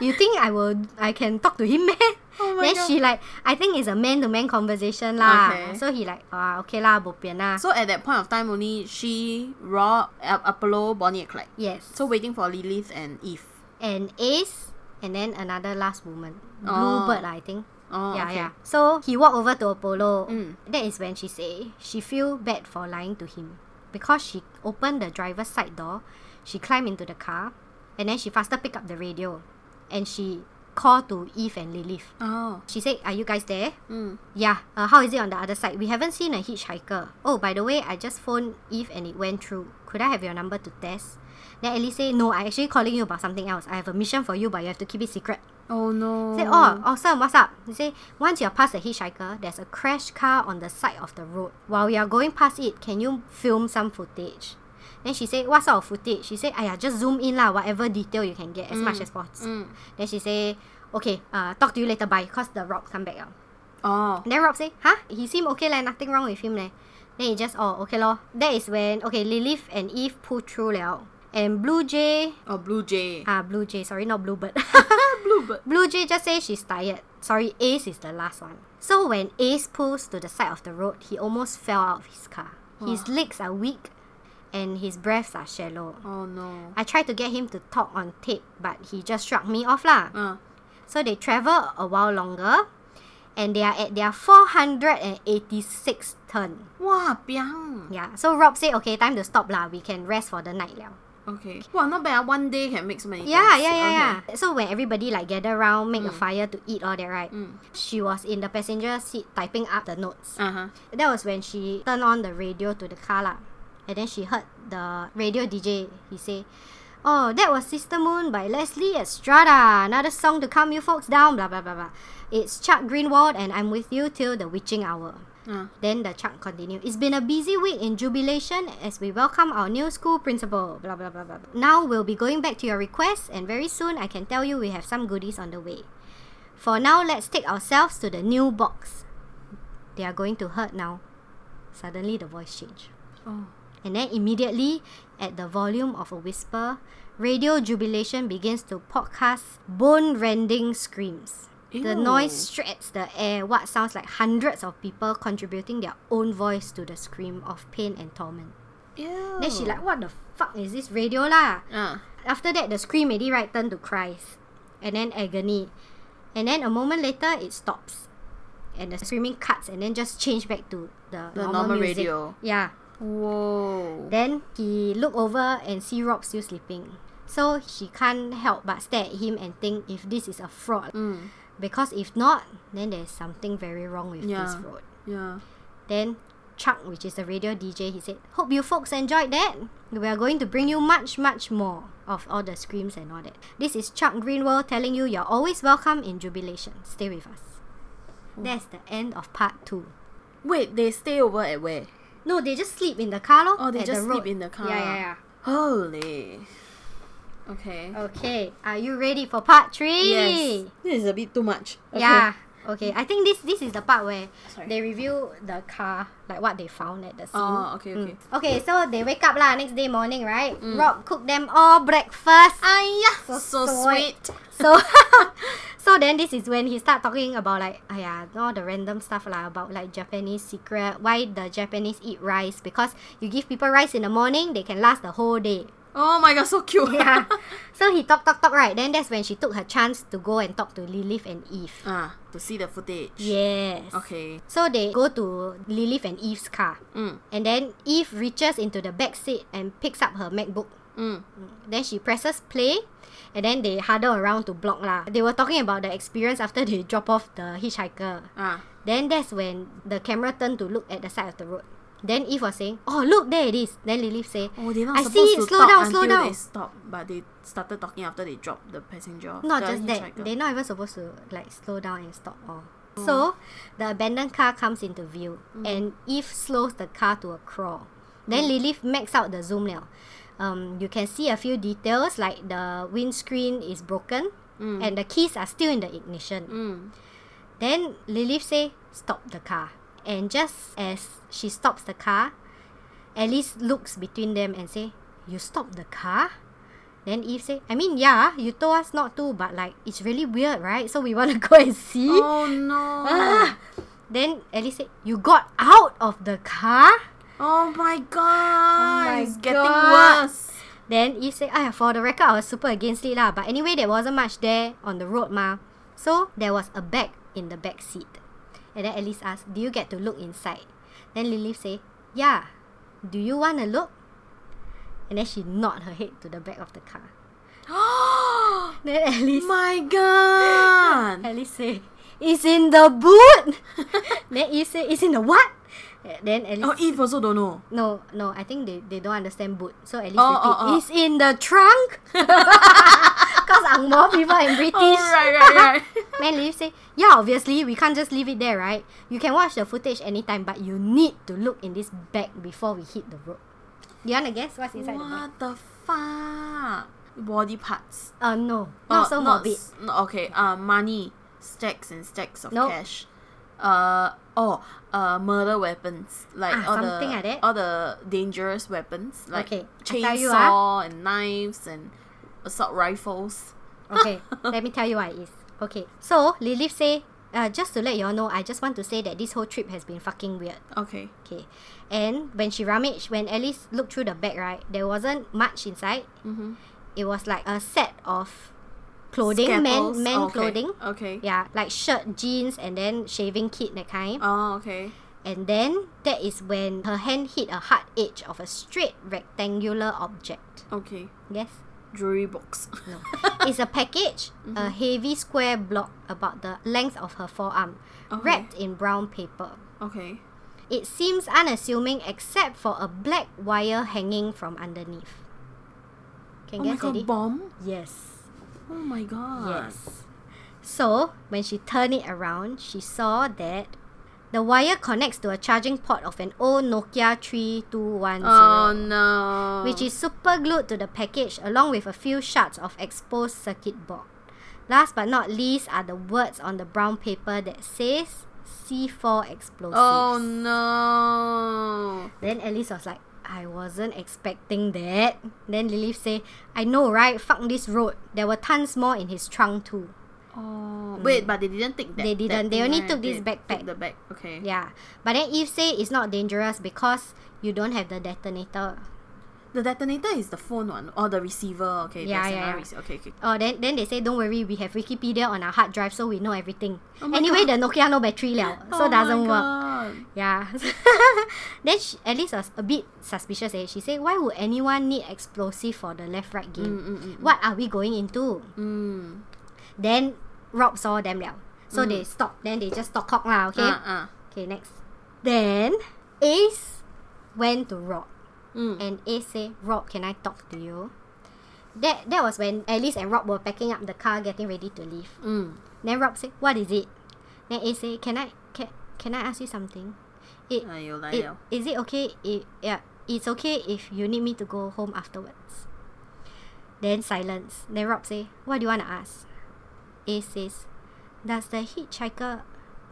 [SPEAKER 1] you think I will? I can talk to him, man?"
[SPEAKER 2] Oh
[SPEAKER 1] then she like, I think it's a man to man conversation lah.
[SPEAKER 2] Okay.
[SPEAKER 1] So he like, ah, okay lah, bo pian lah.
[SPEAKER 2] So at that point of time, only she, Rob, Ap- Apollo, Bonnie, and Clyde.
[SPEAKER 1] yes.
[SPEAKER 2] So waiting for Lilith and Eve.
[SPEAKER 1] and Ace, and then another last woman,
[SPEAKER 2] Oh.
[SPEAKER 1] Bluebird, I think.
[SPEAKER 2] Oh,
[SPEAKER 1] yeah,
[SPEAKER 2] okay.
[SPEAKER 1] yeah. So he walked over to Apollo.
[SPEAKER 2] Mm.
[SPEAKER 1] That is when she say she feel bad for lying to him because she opened the driver's side door, she climbed into the car, and then she faster pick up the radio, and she called to Eve and Lilith.
[SPEAKER 2] Oh.
[SPEAKER 1] She said, "Are you guys there?"
[SPEAKER 2] Mm.
[SPEAKER 1] Yeah. Uh, how is it on the other side? We haven't seen a hitchhiker. Oh, by the way, I just phoned Eve and it went through. Could I have your number to test? Then Alice say, No, I actually calling you about something else. I have a mission for you, but you have to keep it secret.
[SPEAKER 2] Oh no.
[SPEAKER 1] Say, oh, awesome, what's up? He say, once you're past the hitchhiker, there's a crashed car on the side of the road. While you're going past it, can you film some footage? Then she say, what sort of footage? She say, aya, just zoom in lah, whatever detail you can get, as much as possible.
[SPEAKER 2] Mm.
[SPEAKER 1] Then she say, okay, uh, talk to you later, bye, cause the rock come back out.
[SPEAKER 2] Oh.
[SPEAKER 1] Then Rob say, huh? He seem okay like nothing wrong with him leh. Then he just, oh, okay lor. That is when, okay, Lilith and Eve pull through liao. And Blue Jay,
[SPEAKER 2] Oh, Blue Jay.
[SPEAKER 1] ah, Blue Jay, sorry, not Bluebird.
[SPEAKER 2] Bluebird.
[SPEAKER 1] Blue Jay just say she's tired. Sorry, Ace is the last one. So when Ace pulls to the side of the road, he almost fell out of his car. His legs are weak and his breaths are shallow.
[SPEAKER 2] Oh no.
[SPEAKER 1] I tried to get him to talk on tape, but he just shrugged me off lah.
[SPEAKER 2] Uh,
[SPEAKER 1] So they travel a while longer and they are at their 486th turn.
[SPEAKER 2] wow, biang.
[SPEAKER 1] Yeah. So Rob said, okay, time to stop lah. We can rest for the night now.
[SPEAKER 2] Okay. Wow, not bad. ah. One day can make so many
[SPEAKER 1] Yeah,
[SPEAKER 2] things.
[SPEAKER 1] yeah, yeah,
[SPEAKER 2] Okay.
[SPEAKER 1] yeah. So when everybody like gather around, make a fire to eat all that, right?
[SPEAKER 2] Mm.
[SPEAKER 1] She was in the passenger seat typing up the notes.
[SPEAKER 2] Uh-huh.
[SPEAKER 1] That was when she turned on the radio to the car lah. And then she heard the radio DJ. He say, Oh, that was Sister Moon by Leslie Estrada. Another song to calm you folks down, blah, blah, blah, blah. It's Chuck Greenwald and I'm with you till the witching hour.
[SPEAKER 2] Uh.
[SPEAKER 1] Then the Chuck continued. It's been a busy week in jubilation as we welcome our new school principal. Blah blah blah blah. blah. Now we'll be going back to your requests, and very soon I can tell you we have some goodies on the way. For now, let's take ourselves to the new box. They are going to hurt now. Suddenly, the voice changed,
[SPEAKER 2] Oh.
[SPEAKER 1] and then immediately, at the volume of a whisper, radio jubilation begins to podcast bone-rending screams. The
[SPEAKER 2] Ew.
[SPEAKER 1] noise stretched the air, what sounds like hundreds of people contributing their own voice to the scream of pain and torment.
[SPEAKER 2] Ew.
[SPEAKER 1] Then she like, what the fuck is this radio lah?
[SPEAKER 2] Uh.
[SPEAKER 1] After that, the scream already right turned to cries, and then agony, and then a moment later it stops, and the screaming cuts, and then just change back to the,
[SPEAKER 2] The
[SPEAKER 1] normal,
[SPEAKER 2] normal
[SPEAKER 1] music.
[SPEAKER 2] radio.
[SPEAKER 1] Yeah.
[SPEAKER 2] Whoa.
[SPEAKER 1] Then he look over and see Rob still sleeping. So she can't help but stare at him and think if this is a fraud.
[SPEAKER 2] Mm.
[SPEAKER 1] Because if not, then there's something very wrong with this
[SPEAKER 2] Yeah.
[SPEAKER 1] road.
[SPEAKER 2] Yeah.
[SPEAKER 1] Then Chuck, which is the radio DJ, he said, Hope you folks enjoyed that. We are going to bring you much, much more of all the screams and all that. This is Chuck Greenwell telling you you're always welcome in Jubilation. Stay with us. That's the end of part two.
[SPEAKER 2] Wait, they stay over at where?
[SPEAKER 1] No, they just sleep in the car, lor.
[SPEAKER 2] Oh, they
[SPEAKER 1] at
[SPEAKER 2] just
[SPEAKER 1] the
[SPEAKER 2] sleep
[SPEAKER 1] road.
[SPEAKER 2] in the car.
[SPEAKER 1] Yeah, yeah,
[SPEAKER 2] Holy. Okay.
[SPEAKER 1] yeah. Okay, are you ready for part three?
[SPEAKER 2] Yes. This is a bit too much. Okay.
[SPEAKER 1] Yeah. Okay, I think this this is the part where
[SPEAKER 2] Sorry.
[SPEAKER 1] they review the car, like what they found at the scene.
[SPEAKER 2] Oh, okay, okay.
[SPEAKER 1] Mm. Okay, so they wake up lah next day morning, right?
[SPEAKER 2] Mm.
[SPEAKER 1] Rob cook them all breakfast.
[SPEAKER 2] Aya, so,
[SPEAKER 1] So
[SPEAKER 2] sweet.
[SPEAKER 1] So, so So then this is when he start talking about like yeah, all the random stuff lah about like Japanese secret, why the Japanese eat rice because you give people rice in the morning, they can last the whole day.
[SPEAKER 2] Oh my god, so cute.
[SPEAKER 1] Yeah. so he talk talk talk right. Then that's when she took her chance to go and talk to Lilith and Eve.
[SPEAKER 2] Ah, to see the footage.
[SPEAKER 1] Yes.
[SPEAKER 2] Okay.
[SPEAKER 1] So they go to Lilith and Eve's car.
[SPEAKER 2] Mm.
[SPEAKER 1] And then Eve reaches into the back seat and picks up her MacBook.
[SPEAKER 2] Mm.
[SPEAKER 1] Then she presses play and then they huddle around to block lah. They were talking about the experience after they drop off the hitchhiker.
[SPEAKER 2] Ah.
[SPEAKER 1] Then that's when the camera turned to look at the side of the road. Then Eve was saying, Oh look, there it is. Then Lilith say,
[SPEAKER 2] Oh, they're not
[SPEAKER 1] I see
[SPEAKER 2] supposed
[SPEAKER 1] it,
[SPEAKER 2] to
[SPEAKER 1] slow
[SPEAKER 2] talk
[SPEAKER 1] down,
[SPEAKER 2] until
[SPEAKER 1] slow down.
[SPEAKER 2] they stop, but they started talking after they dropped the passenger. off.
[SPEAKER 1] Not
[SPEAKER 2] The
[SPEAKER 1] just that,
[SPEAKER 2] hitchhiker.
[SPEAKER 1] they're not even Oh. supposed to like slow down and stop all. So the abandoned car comes into view and Eve slows the car to a crawl. Then Lilith max out the zoom now. Um, you can see a few details like the windscreen is broken and the keys are still in the ignition.
[SPEAKER 2] Mm.
[SPEAKER 1] Then Lilith say, "Stop the car." And just as she stops the car, Alice looks between them and say, "You stopped the car?" Then Eve say, "I mean, yeah, you told us not to, but like it's really weird, right? So we want to go and see."
[SPEAKER 2] Oh no.
[SPEAKER 1] Hmm? Ah. Then Alice said, "You got out of the car?"
[SPEAKER 2] Oh my god.
[SPEAKER 1] Oh my
[SPEAKER 2] it's getting
[SPEAKER 1] God.
[SPEAKER 2] worse.
[SPEAKER 1] Then Eve said, "Ah, for the record, I was super against it lah, but anyway, there wasn't much there on the road, ma. So there was a bag in the back seat, and then Alice asked, "Do you get to look inside?" Then Lilith say, "Yeah. Do you want to look?" And then she nod her head to the back of the car.
[SPEAKER 2] Oh
[SPEAKER 1] Then Alice,
[SPEAKER 2] my god.
[SPEAKER 1] Alice say, "It's in the boot." then Eve say, "It's in the what?" Eh, Then Alice.
[SPEAKER 2] Oh, Eve also don't know.
[SPEAKER 1] No, no, I think they, they don't understand boot. So at least
[SPEAKER 2] Oh,
[SPEAKER 1] repeat,
[SPEAKER 2] oh, oh.
[SPEAKER 1] it's in the trunk. Because ang more people and British.
[SPEAKER 2] Oh, right, right, right.
[SPEAKER 1] Then Leaf say, yeah, obviously, we can't just leave it there, right? You can watch the footage anytime, but you need to look in this bag before we hit the road. You want to guess what's inside the bag?
[SPEAKER 2] what the fuck? Body parts.
[SPEAKER 1] Uh, no, not
[SPEAKER 2] Oh,
[SPEAKER 1] so
[SPEAKER 2] not
[SPEAKER 1] morbid.
[SPEAKER 2] s- no, okay, uh, money, stacks and stacks of
[SPEAKER 1] Nope.
[SPEAKER 2] cash. Uh oh, uh, murder weapons like
[SPEAKER 1] Ah,
[SPEAKER 2] all
[SPEAKER 1] something
[SPEAKER 2] the
[SPEAKER 1] like that.
[SPEAKER 2] all the dangerous weapons like
[SPEAKER 1] Okay, I tell you, ah.
[SPEAKER 2] chainsaw and knives and assault rifles.
[SPEAKER 1] Okay, let me tell you what it is. Okay, so Lilith say, uh, just to let you all know, I just want to say that this whole trip has been fucking weird.
[SPEAKER 2] Okay.
[SPEAKER 1] Okay. And when she rummaged, when Alice looked through the bag, right, there wasn't much inside.
[SPEAKER 2] Mm-hmm.
[SPEAKER 1] It was like a set of clothing, men, men clothing.
[SPEAKER 2] Oh, Okay.
[SPEAKER 1] Yeah, like shirt, jeans, and then shaving kit, that kind.
[SPEAKER 2] Oh okay.
[SPEAKER 1] And then that is when her hand hit a hard edge of a straight rectangular object.
[SPEAKER 2] Okay.
[SPEAKER 1] Yes?
[SPEAKER 2] Jewelry box.
[SPEAKER 1] No. it's a package,
[SPEAKER 2] Mm-hmm.
[SPEAKER 1] a heavy square block about the length of her forearm,
[SPEAKER 2] Okay.
[SPEAKER 1] wrapped in brown paper.
[SPEAKER 2] okay.
[SPEAKER 1] It seems unassuming except for a black wire hanging from underneath. Can
[SPEAKER 2] Oh my
[SPEAKER 1] guess
[SPEAKER 2] god,
[SPEAKER 1] Eddie?
[SPEAKER 2] bomb.
[SPEAKER 1] yes.
[SPEAKER 2] Oh my god.
[SPEAKER 1] Yes. So when she turned it around, she saw that the wire connects to a charging port of an old Nokia 3210.
[SPEAKER 2] Oh no.
[SPEAKER 1] Which is super glued to the package along with a few shards of exposed circuit board. Last but not least are the words on the brown paper that says C4 explosives.
[SPEAKER 2] Oh no.
[SPEAKER 1] Then Alice was like, I wasn't expecting that. Then Lilith say, I know, right? Fuck this road. There were tons more in his trunk too.
[SPEAKER 2] Oh wait, but they didn't take that.
[SPEAKER 1] They didn't.
[SPEAKER 2] that
[SPEAKER 1] They
[SPEAKER 2] thing,
[SPEAKER 1] only
[SPEAKER 2] right?
[SPEAKER 1] took this
[SPEAKER 2] They
[SPEAKER 1] backpack.
[SPEAKER 2] Took the back. Okay.
[SPEAKER 1] Yeah. But then Eve say it's not dangerous because you don't have the detonator.
[SPEAKER 2] The detonator is the phone one or the receiver. Okay.
[SPEAKER 1] Yeah,
[SPEAKER 2] there's
[SPEAKER 1] yeah,
[SPEAKER 2] another
[SPEAKER 1] yeah.
[SPEAKER 2] rece- okay. Okay.
[SPEAKER 1] Oh, then then they say don't worry, we have Wikipedia on our hard drive, so we know everything.
[SPEAKER 2] Oh my
[SPEAKER 1] anyway, the Nokia no battery liao, so
[SPEAKER 2] Oh my
[SPEAKER 1] doesn't work.
[SPEAKER 2] God.
[SPEAKER 1] Yeah. then she, Alice was a bit suspicious. Eh? She said, "Why would anyone need explosive for the left-right game? What are we going into?"
[SPEAKER 2] Mm.
[SPEAKER 1] Then Rob saw them now. So they stop. Then they just talk cock lah, okay?
[SPEAKER 2] Uh, uh.
[SPEAKER 1] Okay, next. Then Ace went to Rob.
[SPEAKER 2] Mm.
[SPEAKER 1] And Ace said, Rob, can I talk to you? That that was when Alice and Rob were packing up the car, getting ready to leave.
[SPEAKER 2] Mm.
[SPEAKER 1] Then Rob said, What is it? Then Ace said, Can I can, can I ask you something? It,
[SPEAKER 2] Ah, you lie
[SPEAKER 1] it,
[SPEAKER 2] liao.
[SPEAKER 1] is it okay if yeah, it's okay if you need me to go home afterwards. Then silence. Then Rob say, What do you wanna ask? A says, Does the hitchhiker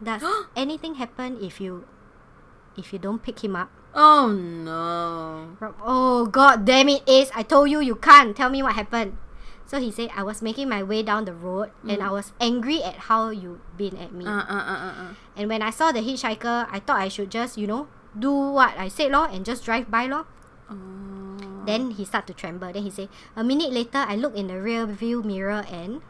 [SPEAKER 1] does anything happen if you if you don't pick him up?
[SPEAKER 2] Oh no.
[SPEAKER 1] Rob Oh god damn it Ace, I told you you can't tell me what happened. So he said, I was making my way down the road and I was angry at how you been at me.
[SPEAKER 2] Uh, uh, uh, uh, uh.
[SPEAKER 1] And when I saw the hitchhiker, I thought I should just, you know, do what I said, lor, and just drive by, lor.
[SPEAKER 2] Oh.
[SPEAKER 1] Then he start to tremble. Then he say, a minute later, I look in the rear view mirror and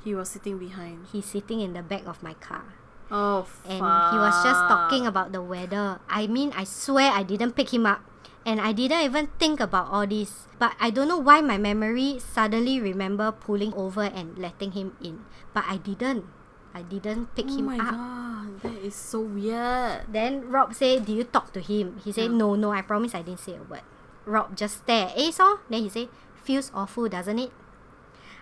[SPEAKER 2] He was sitting behind.
[SPEAKER 1] he's sitting in the back of my car.
[SPEAKER 2] Oh,
[SPEAKER 1] And he was just
[SPEAKER 2] fuck.
[SPEAKER 1] talking about the weather. I mean, I swear I didn't pick him up. And I didn't even think about all this. But I don't know why my memory suddenly remember pulling over and letting him in. But I didn't. I didn't pick
[SPEAKER 2] Oh
[SPEAKER 1] him
[SPEAKER 2] my
[SPEAKER 1] up.
[SPEAKER 2] god, that is so weird.
[SPEAKER 1] Then Rob say, "Did you talk to him?" He
[SPEAKER 2] Ah.
[SPEAKER 1] said, "No, no. I promise I didn't say a word." Rob just stare. Ace oh. Then he say, "Feels awful, doesn't it?"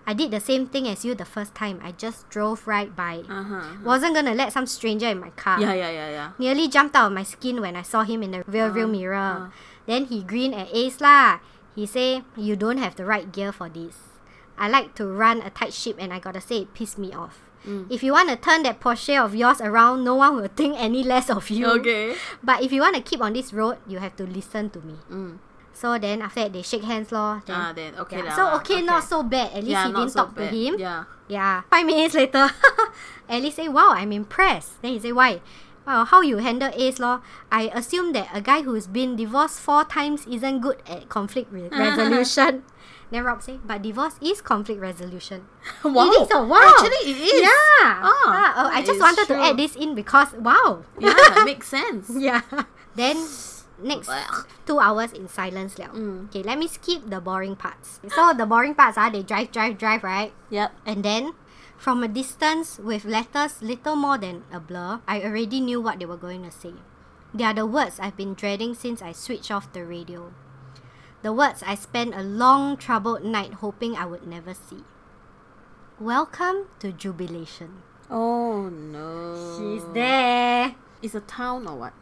[SPEAKER 1] I did the same thing as you the first time. I just drove right by.
[SPEAKER 2] Uh huh.
[SPEAKER 1] Wasn't gonna let some stranger in my car.
[SPEAKER 2] Yeah, yeah, yeah, yeah.
[SPEAKER 1] Nearly jumped out of my skin when I saw him in the rear view
[SPEAKER 2] Uh,
[SPEAKER 1] mirror.
[SPEAKER 2] uh.
[SPEAKER 1] Then he grinned at Ace lah. He say, "You don't have the right gear for this. I like to run a tight ship, and I gotta say, it pissed me off."
[SPEAKER 2] Mm.
[SPEAKER 1] If you want to turn that Porsche of yours around, no one will think any less of you.
[SPEAKER 2] Okay.
[SPEAKER 1] But if you want to keep on this road, you have to listen to me.
[SPEAKER 2] Mm.
[SPEAKER 1] So then after that, they shake hands lor. Then,
[SPEAKER 2] Ah, then okay
[SPEAKER 1] yeah.
[SPEAKER 2] lah.
[SPEAKER 1] So
[SPEAKER 2] lah,
[SPEAKER 1] okay, not so bad. At least
[SPEAKER 2] yeah,
[SPEAKER 1] he
[SPEAKER 2] not
[SPEAKER 1] didn't
[SPEAKER 2] so
[SPEAKER 1] talk
[SPEAKER 2] bad.
[SPEAKER 1] to him.
[SPEAKER 2] Yeah.
[SPEAKER 1] Yeah. Five minutes later, Alice say, "Wow, I'm impressed." Then he say, "Why? Well, how you handle Ace law? I assume that a guy who's been divorced four times isn't good at conflict re- resolution." then Rob say, "But divorce is conflict resolution."
[SPEAKER 2] wow.
[SPEAKER 1] It is a wow.
[SPEAKER 2] Actually, it is.
[SPEAKER 1] Yeah.
[SPEAKER 2] Ah,
[SPEAKER 1] Ah, oh, I
[SPEAKER 2] that
[SPEAKER 1] just
[SPEAKER 2] is
[SPEAKER 1] wanted to
[SPEAKER 2] true.
[SPEAKER 1] add this in because wow.
[SPEAKER 2] yeah, makes sense.
[SPEAKER 1] Yeah. Then next
[SPEAKER 2] Ugh.
[SPEAKER 1] two hours in silence liao.
[SPEAKER 2] Mm.
[SPEAKER 1] Okay, let me skip the boring parts. So the boring parts are they drive, drive, drive, right?
[SPEAKER 2] Yep.
[SPEAKER 1] And then from a distance with letters little more than a blur, I already knew what they were going to say. They are the words I've been dreading since I switched off the radio. The words I spent a long troubled night hoping I would never see. Welcome to jubilation.
[SPEAKER 2] Oh no.
[SPEAKER 1] She's there.
[SPEAKER 2] It's a town or what?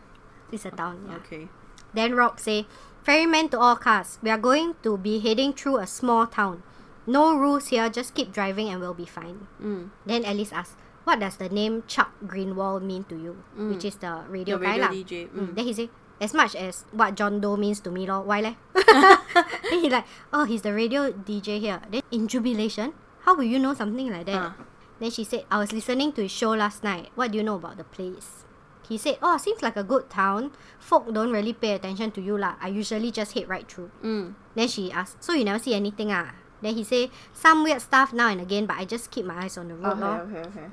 [SPEAKER 1] It's a town. Yeah.
[SPEAKER 2] Okay.
[SPEAKER 1] Then Rob say, Ferryman to all cars. We are going to be heading through a small town. No rules here, just keep driving and we'll be fine.
[SPEAKER 2] Mm.
[SPEAKER 1] Then Alice asks, What does the name Chuck Greenwald mean to you? Which is the radio
[SPEAKER 2] The
[SPEAKER 1] guy
[SPEAKER 2] Mm. radio
[SPEAKER 1] lah.
[SPEAKER 2] DJ,
[SPEAKER 1] Mm.
[SPEAKER 2] mm.
[SPEAKER 1] Then he say, As much as what John Doe means to me lor. Why leh? then he like, Oh, he's the radio DJ here. Then in jubilation, how will you know something like that?
[SPEAKER 2] Ah.
[SPEAKER 1] Then she said, I was listening to his show last night. What do you know about the place? He said, Oh, seems like a good town. Folk don't really pay attention to you lah. I usually just head right through.
[SPEAKER 2] Mm.
[SPEAKER 1] Then she asked, So you never see anything ah? Then he say, Some weird stuff now and again, but I just keep my eyes on the road lor."
[SPEAKER 2] okay, okay.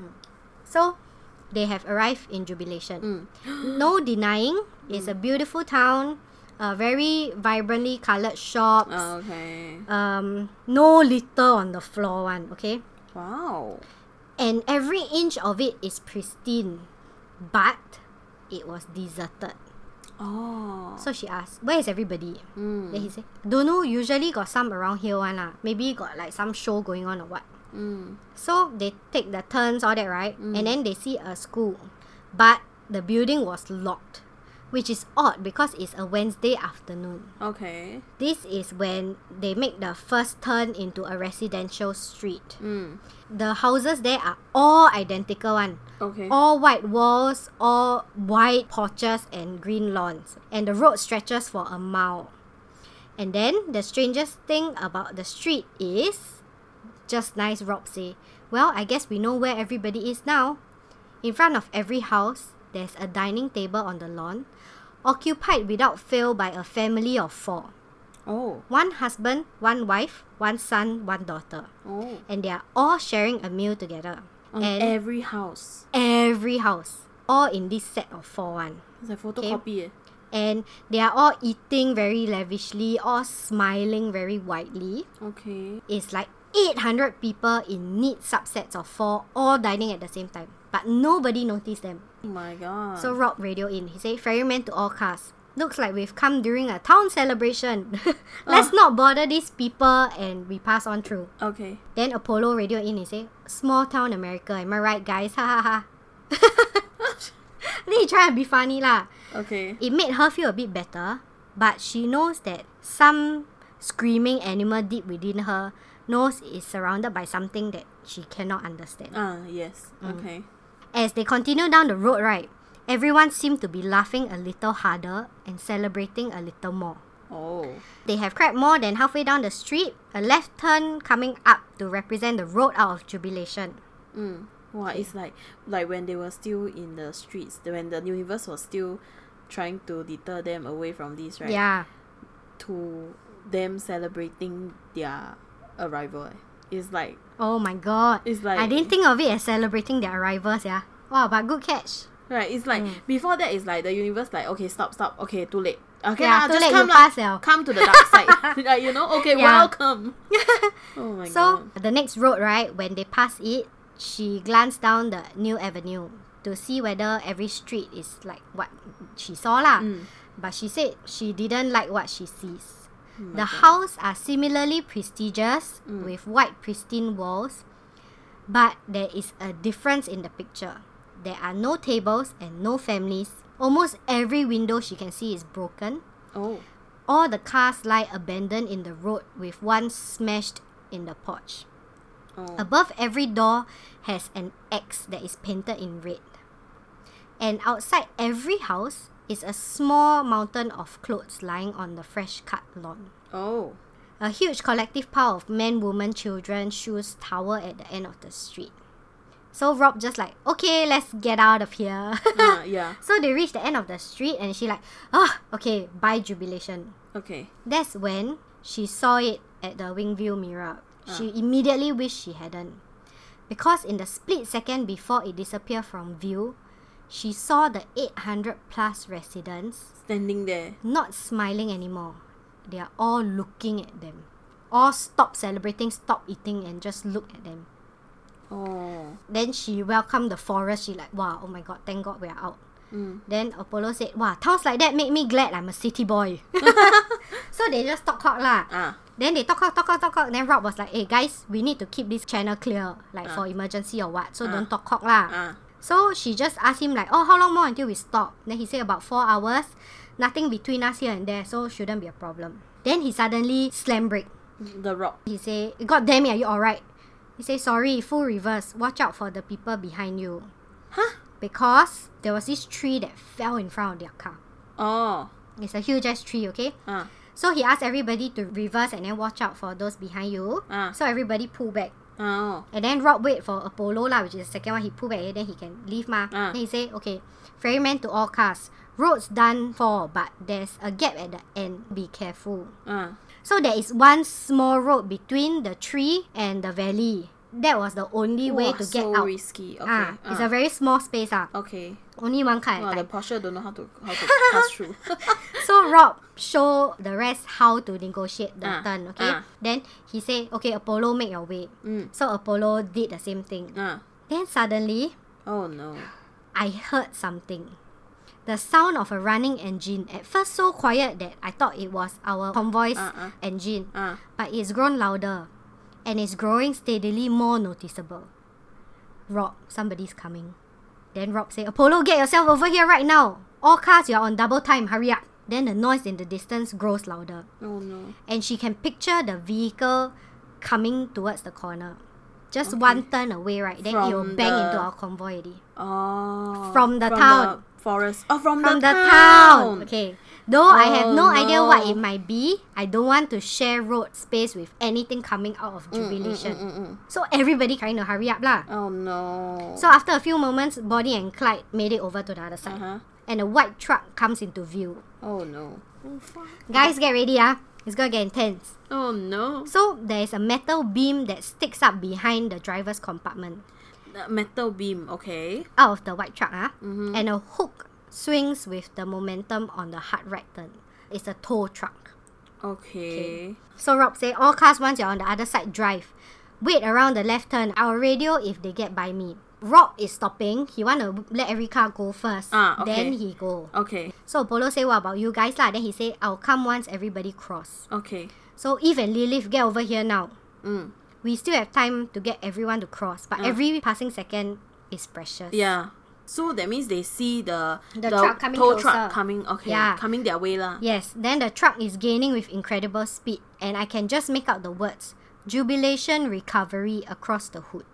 [SPEAKER 1] So they have arrived in Jubilation.
[SPEAKER 2] Mm.
[SPEAKER 1] no denying, it's a beautiful town, uh, very vibrantly colored shops.
[SPEAKER 2] Uh. Okay.
[SPEAKER 1] Um, no litter on the floor one, okay?
[SPEAKER 2] Wow.
[SPEAKER 1] And every inch of it is pristine, but it was deserted.
[SPEAKER 2] Oh.
[SPEAKER 1] So she asked, Where is everybody? Then
[SPEAKER 2] Mm.
[SPEAKER 1] he said, Don't know, usually got some around here one lah. Maybe got like some show going on or what.
[SPEAKER 2] Mm.
[SPEAKER 1] So they take the turns, all that, right? And then they see a school. But the building was locked, which is odd because it's a Wednesday afternoon.
[SPEAKER 2] Okay.
[SPEAKER 1] This is when they make the first turn into a residential street.
[SPEAKER 2] Mm.
[SPEAKER 1] The houses there are all identical one.
[SPEAKER 2] Okay.
[SPEAKER 1] All white walls, all wide porches and green lawns. And the road stretches for a mile. And then the strangest thing about the street is just nice Rob say, Well, I guess we know where everybody is now. In front of every house, there's a dining table on the lawn, occupied without fail by a family of four.
[SPEAKER 2] Oh.
[SPEAKER 1] One husband, one wife, one son, one daughter.
[SPEAKER 2] Oh.
[SPEAKER 1] And they are all sharing a meal together.
[SPEAKER 2] On
[SPEAKER 1] and
[SPEAKER 2] every house.
[SPEAKER 1] every house, all in this set of four one.
[SPEAKER 2] It's like photocopy. eh.
[SPEAKER 1] And they are all eating very lavishly, all smiling very widely.
[SPEAKER 2] Okay.
[SPEAKER 1] It's like 800 people in neat subsets of four, all dining at the same time. But nobody noticed them.
[SPEAKER 2] Oh my god.
[SPEAKER 1] So Rob radio in. He said, Ferryman to all cars. Looks like we've come during a town celebration. Let's not bother these people and we pass on through.
[SPEAKER 2] okay.
[SPEAKER 1] Then Apollo radio in and say, Small town America, am I right guys? Ha ha ha. Then he try to be funny lah.
[SPEAKER 2] Okay.
[SPEAKER 1] It made her feel a bit better, but she knows that some screaming animal deep within her knows is surrounded by something that she cannot understand.
[SPEAKER 2] Ah yes. Okay.
[SPEAKER 1] As they continue down the road, right, everyone seemed to be laughing a little harder and celebrating a little more.
[SPEAKER 2] Oh.
[SPEAKER 1] They have crept more than halfway down the street, a left turn coming up to represent the road out of jubilation.
[SPEAKER 2] Mm. Wow, it's like like when they were still in the streets, the- when the universe was still trying to deter them away from this, right?
[SPEAKER 1] Yeah.
[SPEAKER 2] To them celebrating their arrival. eh. It's like
[SPEAKER 1] Oh my god.
[SPEAKER 2] It's like-
[SPEAKER 1] I didn't think of it as celebrating their arrivals, yeah. Wow, but good catch.
[SPEAKER 2] right, it's like
[SPEAKER 1] Mm.
[SPEAKER 2] before that it's like the universe like, okay, stop, stop, okay, too late. Okay,
[SPEAKER 1] Yeah,
[SPEAKER 2] lah,
[SPEAKER 1] too
[SPEAKER 2] just
[SPEAKER 1] late,
[SPEAKER 2] come
[SPEAKER 1] you
[SPEAKER 2] lah.
[SPEAKER 1] pass liao.
[SPEAKER 2] Come to the dark side. like, you know, okay,
[SPEAKER 1] Yeah.
[SPEAKER 2] welcome. oh my
[SPEAKER 1] So
[SPEAKER 2] god.
[SPEAKER 1] the next road, right, when they pass it, she glanced down the new avenue to see whether every street is like what she saw lah.
[SPEAKER 2] Mm.
[SPEAKER 1] But she said she didn't like what she sees.
[SPEAKER 2] Mm,
[SPEAKER 1] the houses are similarly prestigious with white pristine walls, but there is a difference in the picture. There are no tables and no families. Almost every window she can see is broken.
[SPEAKER 2] Oh.
[SPEAKER 1] All the cars lie abandoned in the road with one smashed in the porch.
[SPEAKER 2] Oh.
[SPEAKER 1] Above every door has an X that is painted in red. And outside every house is a small mountain of clothes lying on the fresh cut lawn.
[SPEAKER 2] Oh.
[SPEAKER 1] A huge collective pile of men, women, children, shoes tower at the end of the street. So Rob just like, okay, let's get out of here.
[SPEAKER 2] Uh, yeah.
[SPEAKER 1] so they reach the end of the street and she like, oh, okay, bye jubilation.
[SPEAKER 2] Okay.
[SPEAKER 1] That's when she saw it at the Wingview mirror. She immediately wished she hadn't. Because in the split second before it disappeared from view, she saw the 800 plus residents
[SPEAKER 2] Standing there.
[SPEAKER 1] not smiling anymore. They are all looking at them. All stop celebrating, stop eating, and just look at them.
[SPEAKER 2] Oh.
[SPEAKER 1] Then she welcomed the forest. She like, wow, oh my god, thank god we are out.
[SPEAKER 2] Mm.
[SPEAKER 1] Then Apollo said, wow, towns like that make me glad I'm a city boy. so they just talk cock lah.
[SPEAKER 2] Ah.
[SPEAKER 1] Then they talk, talk, talk, talk, talk, talk. Then Rob was like, hey guys, we need to keep this channel clear, like for emergency or what. So don't talk, cock lah.
[SPEAKER 2] Ah.
[SPEAKER 1] So she just asked him like, oh, how long more until we stop? Then he said about four hours, nothing between us here and there, so shouldn't be a problem. Then he suddenly slam brake.
[SPEAKER 2] The rock.
[SPEAKER 1] He say, God damn it, are you alright? He say, sorry, full reverse. Watch out for the people behind you.
[SPEAKER 2] Huh?
[SPEAKER 1] Because there was this tree that fell in front of their car.
[SPEAKER 2] Oh.
[SPEAKER 1] It's a huge ass tree, okay?
[SPEAKER 2] Ah.
[SPEAKER 1] So he asked everybody to reverse and then watch out for those behind you.
[SPEAKER 2] Ah.
[SPEAKER 1] So everybody pull back.
[SPEAKER 2] Oh.
[SPEAKER 1] And then Rob wait for Apollo lah, which is the second one. He pull back and then he can leave mah.
[SPEAKER 2] Ah.
[SPEAKER 1] Then he say, okay, ferryman to all cars. Roads done for, but there's a gap at the end. Be careful.
[SPEAKER 2] Ah.
[SPEAKER 1] So there is one small road between the tree and the valley. That was the only way
[SPEAKER 2] Wah,
[SPEAKER 1] to get
[SPEAKER 2] so
[SPEAKER 1] out.
[SPEAKER 2] risky. Okay.
[SPEAKER 1] ah,
[SPEAKER 2] ah.
[SPEAKER 1] it's a very small space ah.
[SPEAKER 2] okay.
[SPEAKER 1] Only one car at a
[SPEAKER 2] Wow,
[SPEAKER 1] time.
[SPEAKER 2] the Porsche don't know how to how to pass through.
[SPEAKER 1] So Rob show the rest how to negotiate the
[SPEAKER 2] Ah,
[SPEAKER 1] turn, okay?
[SPEAKER 2] ah.
[SPEAKER 1] Then he say, okay, Apollo, make your way.
[SPEAKER 2] Mm.
[SPEAKER 1] So Apollo did the same thing.
[SPEAKER 2] ah.
[SPEAKER 1] Then suddenly,
[SPEAKER 2] Oh no.
[SPEAKER 1] I heard something. The sound of a running engine, at first so quiet that I thought it was our convoy's
[SPEAKER 2] Ah, ah.
[SPEAKER 1] engine,
[SPEAKER 2] Ah.
[SPEAKER 1] but it's grown louder and it's growing steadily more noticeable. Rob, somebody's coming. Then Rob say, Apollo, get yourself over here right now. All cars, you are on double time, hurry up. Then the noise in the distance grows louder,
[SPEAKER 2] Oh no.
[SPEAKER 1] and she can picture the vehicle coming towards the corner. Just one turn away, right? Then it will
[SPEAKER 2] From
[SPEAKER 1] bang
[SPEAKER 2] the-
[SPEAKER 1] into our convoy already.
[SPEAKER 2] Oh.
[SPEAKER 1] From the town.
[SPEAKER 2] the forest. Oh, from,
[SPEAKER 1] from
[SPEAKER 2] the,
[SPEAKER 1] the
[SPEAKER 2] town.
[SPEAKER 1] town. Okay. Though I have no,
[SPEAKER 2] Oh,
[SPEAKER 1] idea what
[SPEAKER 2] no.
[SPEAKER 1] it might be, I don't want to share road space with anything coming out
[SPEAKER 2] Mm,
[SPEAKER 1] of jubilation. So everybody kind of hurry up lah.
[SPEAKER 2] Oh no.
[SPEAKER 1] So after a few moments, Bonnie and Clyde made it over to the other
[SPEAKER 2] Uh
[SPEAKER 1] side,
[SPEAKER 2] huh.
[SPEAKER 1] and a white truck comes into view.
[SPEAKER 2] Oh no.
[SPEAKER 1] Guys, get ready ah! It's gonna get intense.
[SPEAKER 2] Oh no.
[SPEAKER 1] So there is a metal beam that sticks up behind the driver's compartment
[SPEAKER 2] The metal beam. Okay.
[SPEAKER 1] out of the white truck ah,
[SPEAKER 2] Mm-hmm.
[SPEAKER 1] and a hook swings with the momentum on the hard right turn. It's a tow truck.
[SPEAKER 2] Okay.
[SPEAKER 1] So Rob say, all cars once you're on the other side, drive. Wait around the left turn. I'll radio if they get by me. Rob is stopping. He want to let every car go first.
[SPEAKER 2] Ah, okay.
[SPEAKER 1] Then he go.
[SPEAKER 2] Okay.
[SPEAKER 1] So Apollo say, what about you guys lah? Then he say, I'll come once everybody cross.
[SPEAKER 2] Okay.
[SPEAKER 1] So Eve and Lilith, get over here now.
[SPEAKER 2] Mm. Ah.
[SPEAKER 1] We still have time to get everyone to cross. But every passing second is precious.
[SPEAKER 2] Yeah. So that means they see the
[SPEAKER 1] The truck coming
[SPEAKER 2] tow
[SPEAKER 1] closer.
[SPEAKER 2] truck coming. Okay.
[SPEAKER 1] Yeah.
[SPEAKER 2] Coming their way lah.
[SPEAKER 1] Yes, then the truck is gaining with incredible speed. And I can just make out the words, Jubilation Recovery across the hood.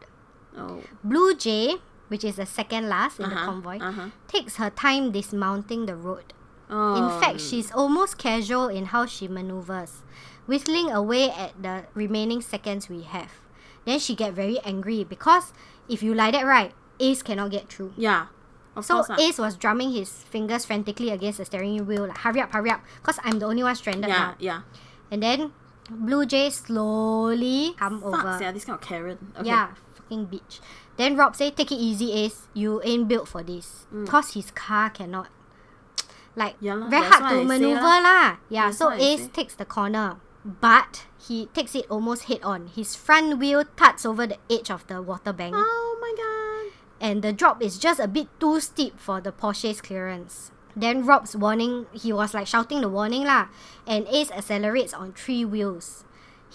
[SPEAKER 2] Oh.
[SPEAKER 1] Blue Jay, which is the second last in the convoy,
[SPEAKER 2] Uh huh.
[SPEAKER 1] takes her time dismounting the road.
[SPEAKER 2] Oh.
[SPEAKER 1] In fact, she's almost casual in how she maneuvers, whistling away at the remaining seconds we have. Then she get very angry because if you like that right, Ace cannot get through.
[SPEAKER 2] Yeah. Of
[SPEAKER 1] So
[SPEAKER 2] course. lah.
[SPEAKER 1] Ace was drumming his fingers frantically against the steering wheel, like hurry up, hurry up, cause I'm the only one stranded
[SPEAKER 2] yeah,
[SPEAKER 1] now.
[SPEAKER 2] yeah.
[SPEAKER 1] And then Blue Jay slowly come over.
[SPEAKER 2] Fuck, yeah, this kind of Karen. Okay.
[SPEAKER 1] Yeah, fucking bitch. Then Rob say, take it easy, Ace. You ain't built for this. Cause his car cannot. Like,
[SPEAKER 2] Mm. Yeah lah,
[SPEAKER 1] very
[SPEAKER 2] that's
[SPEAKER 1] hard
[SPEAKER 2] what
[SPEAKER 1] to
[SPEAKER 2] I say
[SPEAKER 1] maneuver
[SPEAKER 2] lah.
[SPEAKER 1] lah. Yeah,
[SPEAKER 2] That's
[SPEAKER 1] so
[SPEAKER 2] what I
[SPEAKER 1] Ace
[SPEAKER 2] say.
[SPEAKER 1] takes the corner. But he takes it almost head on. His front wheel thuds over the edge of the water bank.
[SPEAKER 2] Oh my
[SPEAKER 1] And the drop is just a bit too steep for the Porsche's clearance. Then Rob's warning, he was like shouting the warning lah. And Ace accelerates on three wheels.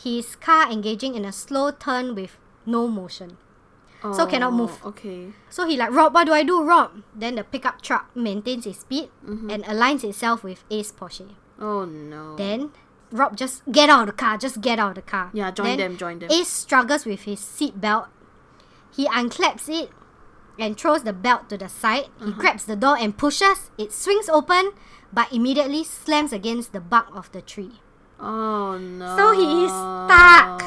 [SPEAKER 1] His car engaging in a slow turn with no motion.
[SPEAKER 2] god.
[SPEAKER 1] So cannot
[SPEAKER 2] Oh,
[SPEAKER 1] move.
[SPEAKER 2] Okay.
[SPEAKER 1] So he like Rob, what do I do, Rob? Then the pickup truck maintains its speed
[SPEAKER 2] Mm-hmm.
[SPEAKER 1] and aligns itself with Ace Porsche.
[SPEAKER 2] Oh no.
[SPEAKER 1] Then Rob just get out of the car, just get out of the car.
[SPEAKER 2] Yeah, join
[SPEAKER 1] Then
[SPEAKER 2] them, join them.
[SPEAKER 1] Ace struggles with his seat belt. He unclaps it and throws the belt to the side. He
[SPEAKER 2] Uh-huh.
[SPEAKER 1] grabs the door and pushes. It swings open, but immediately slams against the bark of the tree.
[SPEAKER 2] Oh no.
[SPEAKER 1] So he is stuck.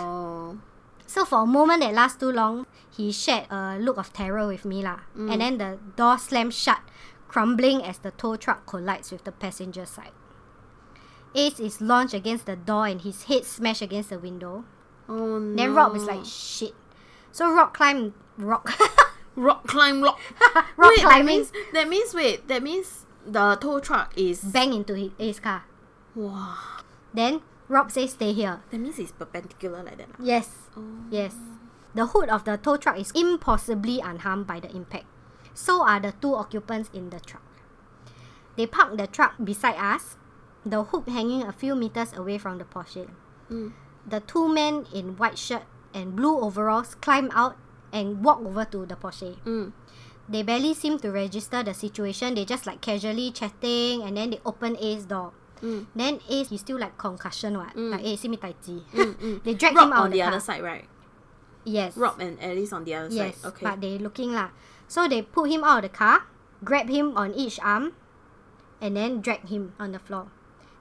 [SPEAKER 1] So for a moment that lasts too long, he shared a look of terror with me lah. And then the door slammed shut, crumbling as the tow truck collides with the passenger side. Ace is launched against the door and his head smashed against the window.
[SPEAKER 2] Oh no.
[SPEAKER 1] Then Rob is like, shit. So Rob climbed, rock,
[SPEAKER 2] rock climb rock.
[SPEAKER 1] rock
[SPEAKER 2] wait, That
[SPEAKER 1] climbing,
[SPEAKER 2] means, that means wait, that means the tow truck is
[SPEAKER 1] bang into his, Ace's car.
[SPEAKER 2] wow.
[SPEAKER 1] Then Rob says, stay here.
[SPEAKER 2] That means it's perpendicular like that. lah.
[SPEAKER 1] Yes,
[SPEAKER 2] Oh.
[SPEAKER 1] yes. The hood of the tow truck is impossibly unharmed by the impact. So are the two occupants in the truck. They park the truck beside us, the hook hanging a few meters away from the Porsche.
[SPEAKER 2] Mm.
[SPEAKER 1] The two men in white shirt and blue overalls climb out and walk over to the Porsche.
[SPEAKER 2] Mm.
[SPEAKER 1] They barely seem to register the situation. They just like casually chatting and then they open A's door.
[SPEAKER 2] Mm.
[SPEAKER 1] Then Ace, he's still like concussion what?
[SPEAKER 2] Mm.
[SPEAKER 1] Like, Ace, see me tai chi.
[SPEAKER 2] mm.
[SPEAKER 1] They drag
[SPEAKER 2] Rob
[SPEAKER 1] him out
[SPEAKER 2] on
[SPEAKER 1] of
[SPEAKER 2] the,
[SPEAKER 1] the, car.
[SPEAKER 2] other side, right?
[SPEAKER 1] Yes.
[SPEAKER 2] Rob and Alice on the other
[SPEAKER 1] Yes.
[SPEAKER 2] side. Okay.
[SPEAKER 1] But they looking lah. So they put him out of the car, grab him on each arm, and then drag him on the floor.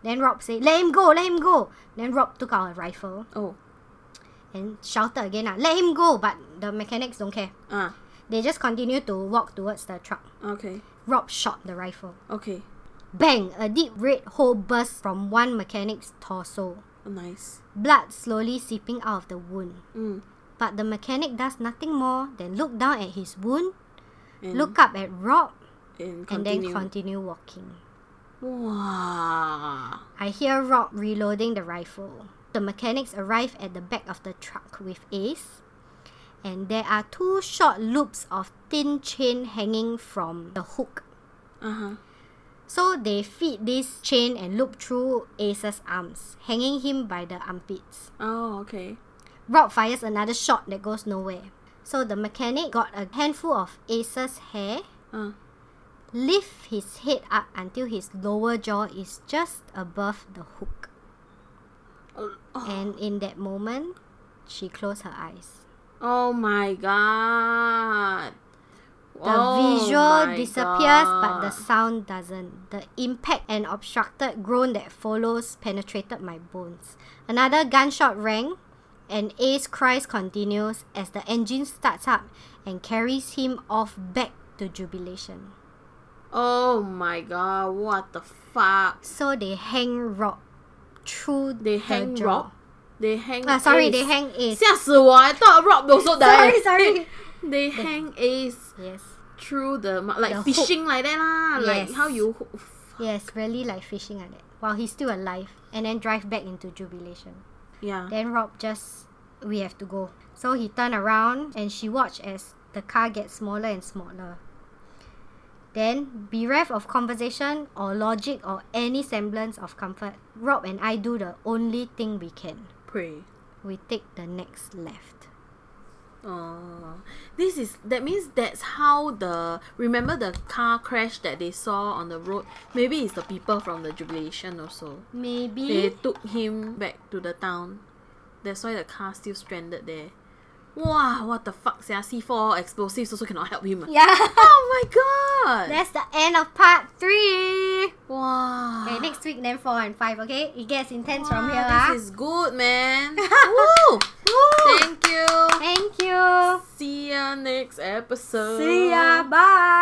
[SPEAKER 1] Then Rob said, Let him go, let him go. Then Rob took out a rifle
[SPEAKER 2] oh.
[SPEAKER 1] and shouted again, lah, let him go. But the mechanics don't care.
[SPEAKER 2] Ah.
[SPEAKER 1] They just continue to walk towards the truck.
[SPEAKER 2] Okay.
[SPEAKER 1] Rob shot the rifle.
[SPEAKER 2] Okay.
[SPEAKER 1] Bang! A deep red hole bursts from one mechanic's torso.
[SPEAKER 2] Nice.
[SPEAKER 1] Blood slowly seeping out of the wound.
[SPEAKER 2] Mm.
[SPEAKER 1] But the mechanic does nothing more than look down at his wound,
[SPEAKER 2] And,
[SPEAKER 1] look up at Rob,
[SPEAKER 2] and
[SPEAKER 1] and then
[SPEAKER 2] continue.
[SPEAKER 1] continue walking.
[SPEAKER 2] wow.
[SPEAKER 1] I hear Rob reloading the rifle. The mechanics arrive at the back of the truck with Ace, and there are two short loops of thin chain hanging from the hook.
[SPEAKER 2] Uh huh.
[SPEAKER 1] So they feed this chain and loop through Ace's arms, hanging him by the armpits.
[SPEAKER 2] Oh, okay.
[SPEAKER 1] Rob fires another shot that goes nowhere. So the mechanic got a handful of Ace's hair,
[SPEAKER 2] Uh.
[SPEAKER 1] lift his head up until his lower jaw is just above the hook.
[SPEAKER 2] Oh, oh.
[SPEAKER 1] And in that moment, she closed her eyes.
[SPEAKER 2] Oh my god.
[SPEAKER 1] The
[SPEAKER 2] Oh
[SPEAKER 1] visual disappears, but the sound doesn't. The impact and obstructed groan that follows penetrated my bones. Another gunshot rang, and Ace cries continues as the engine starts up and carries him off back to jubilation.
[SPEAKER 2] Oh my god, what the fuck?
[SPEAKER 1] So they hang Rob through
[SPEAKER 2] They
[SPEAKER 1] the
[SPEAKER 2] hang
[SPEAKER 1] jaw.
[SPEAKER 2] Rob. They hang
[SPEAKER 1] Ah, sorry,
[SPEAKER 2] Ace.
[SPEAKER 1] they hang Ace.
[SPEAKER 2] 吓死我 I thought Rob also died
[SPEAKER 1] Sorry, sorry.
[SPEAKER 2] They hang Ace
[SPEAKER 1] Yes.
[SPEAKER 2] through the mu- Like
[SPEAKER 1] The hook.
[SPEAKER 2] fishing like that lah Like
[SPEAKER 1] Yes.
[SPEAKER 2] how you hook-
[SPEAKER 1] Yes, really like fishing like that. While he's still alive. And then drive back into jubilation.
[SPEAKER 2] Yeah
[SPEAKER 1] Then Rob just, we have to go. So he turned around and she watched as the car gets smaller and smaller. Then, bereft of conversation or logic or any semblance of comfort, Rob and I do the only thing we can.
[SPEAKER 2] Pray
[SPEAKER 1] We take the next left.
[SPEAKER 2] Oh, this is that means that's how the remember the car crash that they saw on the road. Maybe it's the people from the jubilation also.
[SPEAKER 1] Maybe.
[SPEAKER 2] They took him back to the town. That's why the car still stranded there. Wow, what the fuck? sia? C4 explosives also cannot help him. ah.
[SPEAKER 1] yeah.
[SPEAKER 2] Oh my god!
[SPEAKER 1] That's the end of part three. three.
[SPEAKER 2] Wow.
[SPEAKER 1] Okay, next week then four and five. Okay, it gets intense
[SPEAKER 2] Wow,
[SPEAKER 1] from here,
[SPEAKER 2] This
[SPEAKER 1] lah.
[SPEAKER 2] is good, man. Woo!
[SPEAKER 1] Woo!
[SPEAKER 2] Thank you.
[SPEAKER 1] ah. Thank you.
[SPEAKER 2] See ya next episode.
[SPEAKER 1] See ya. Bye.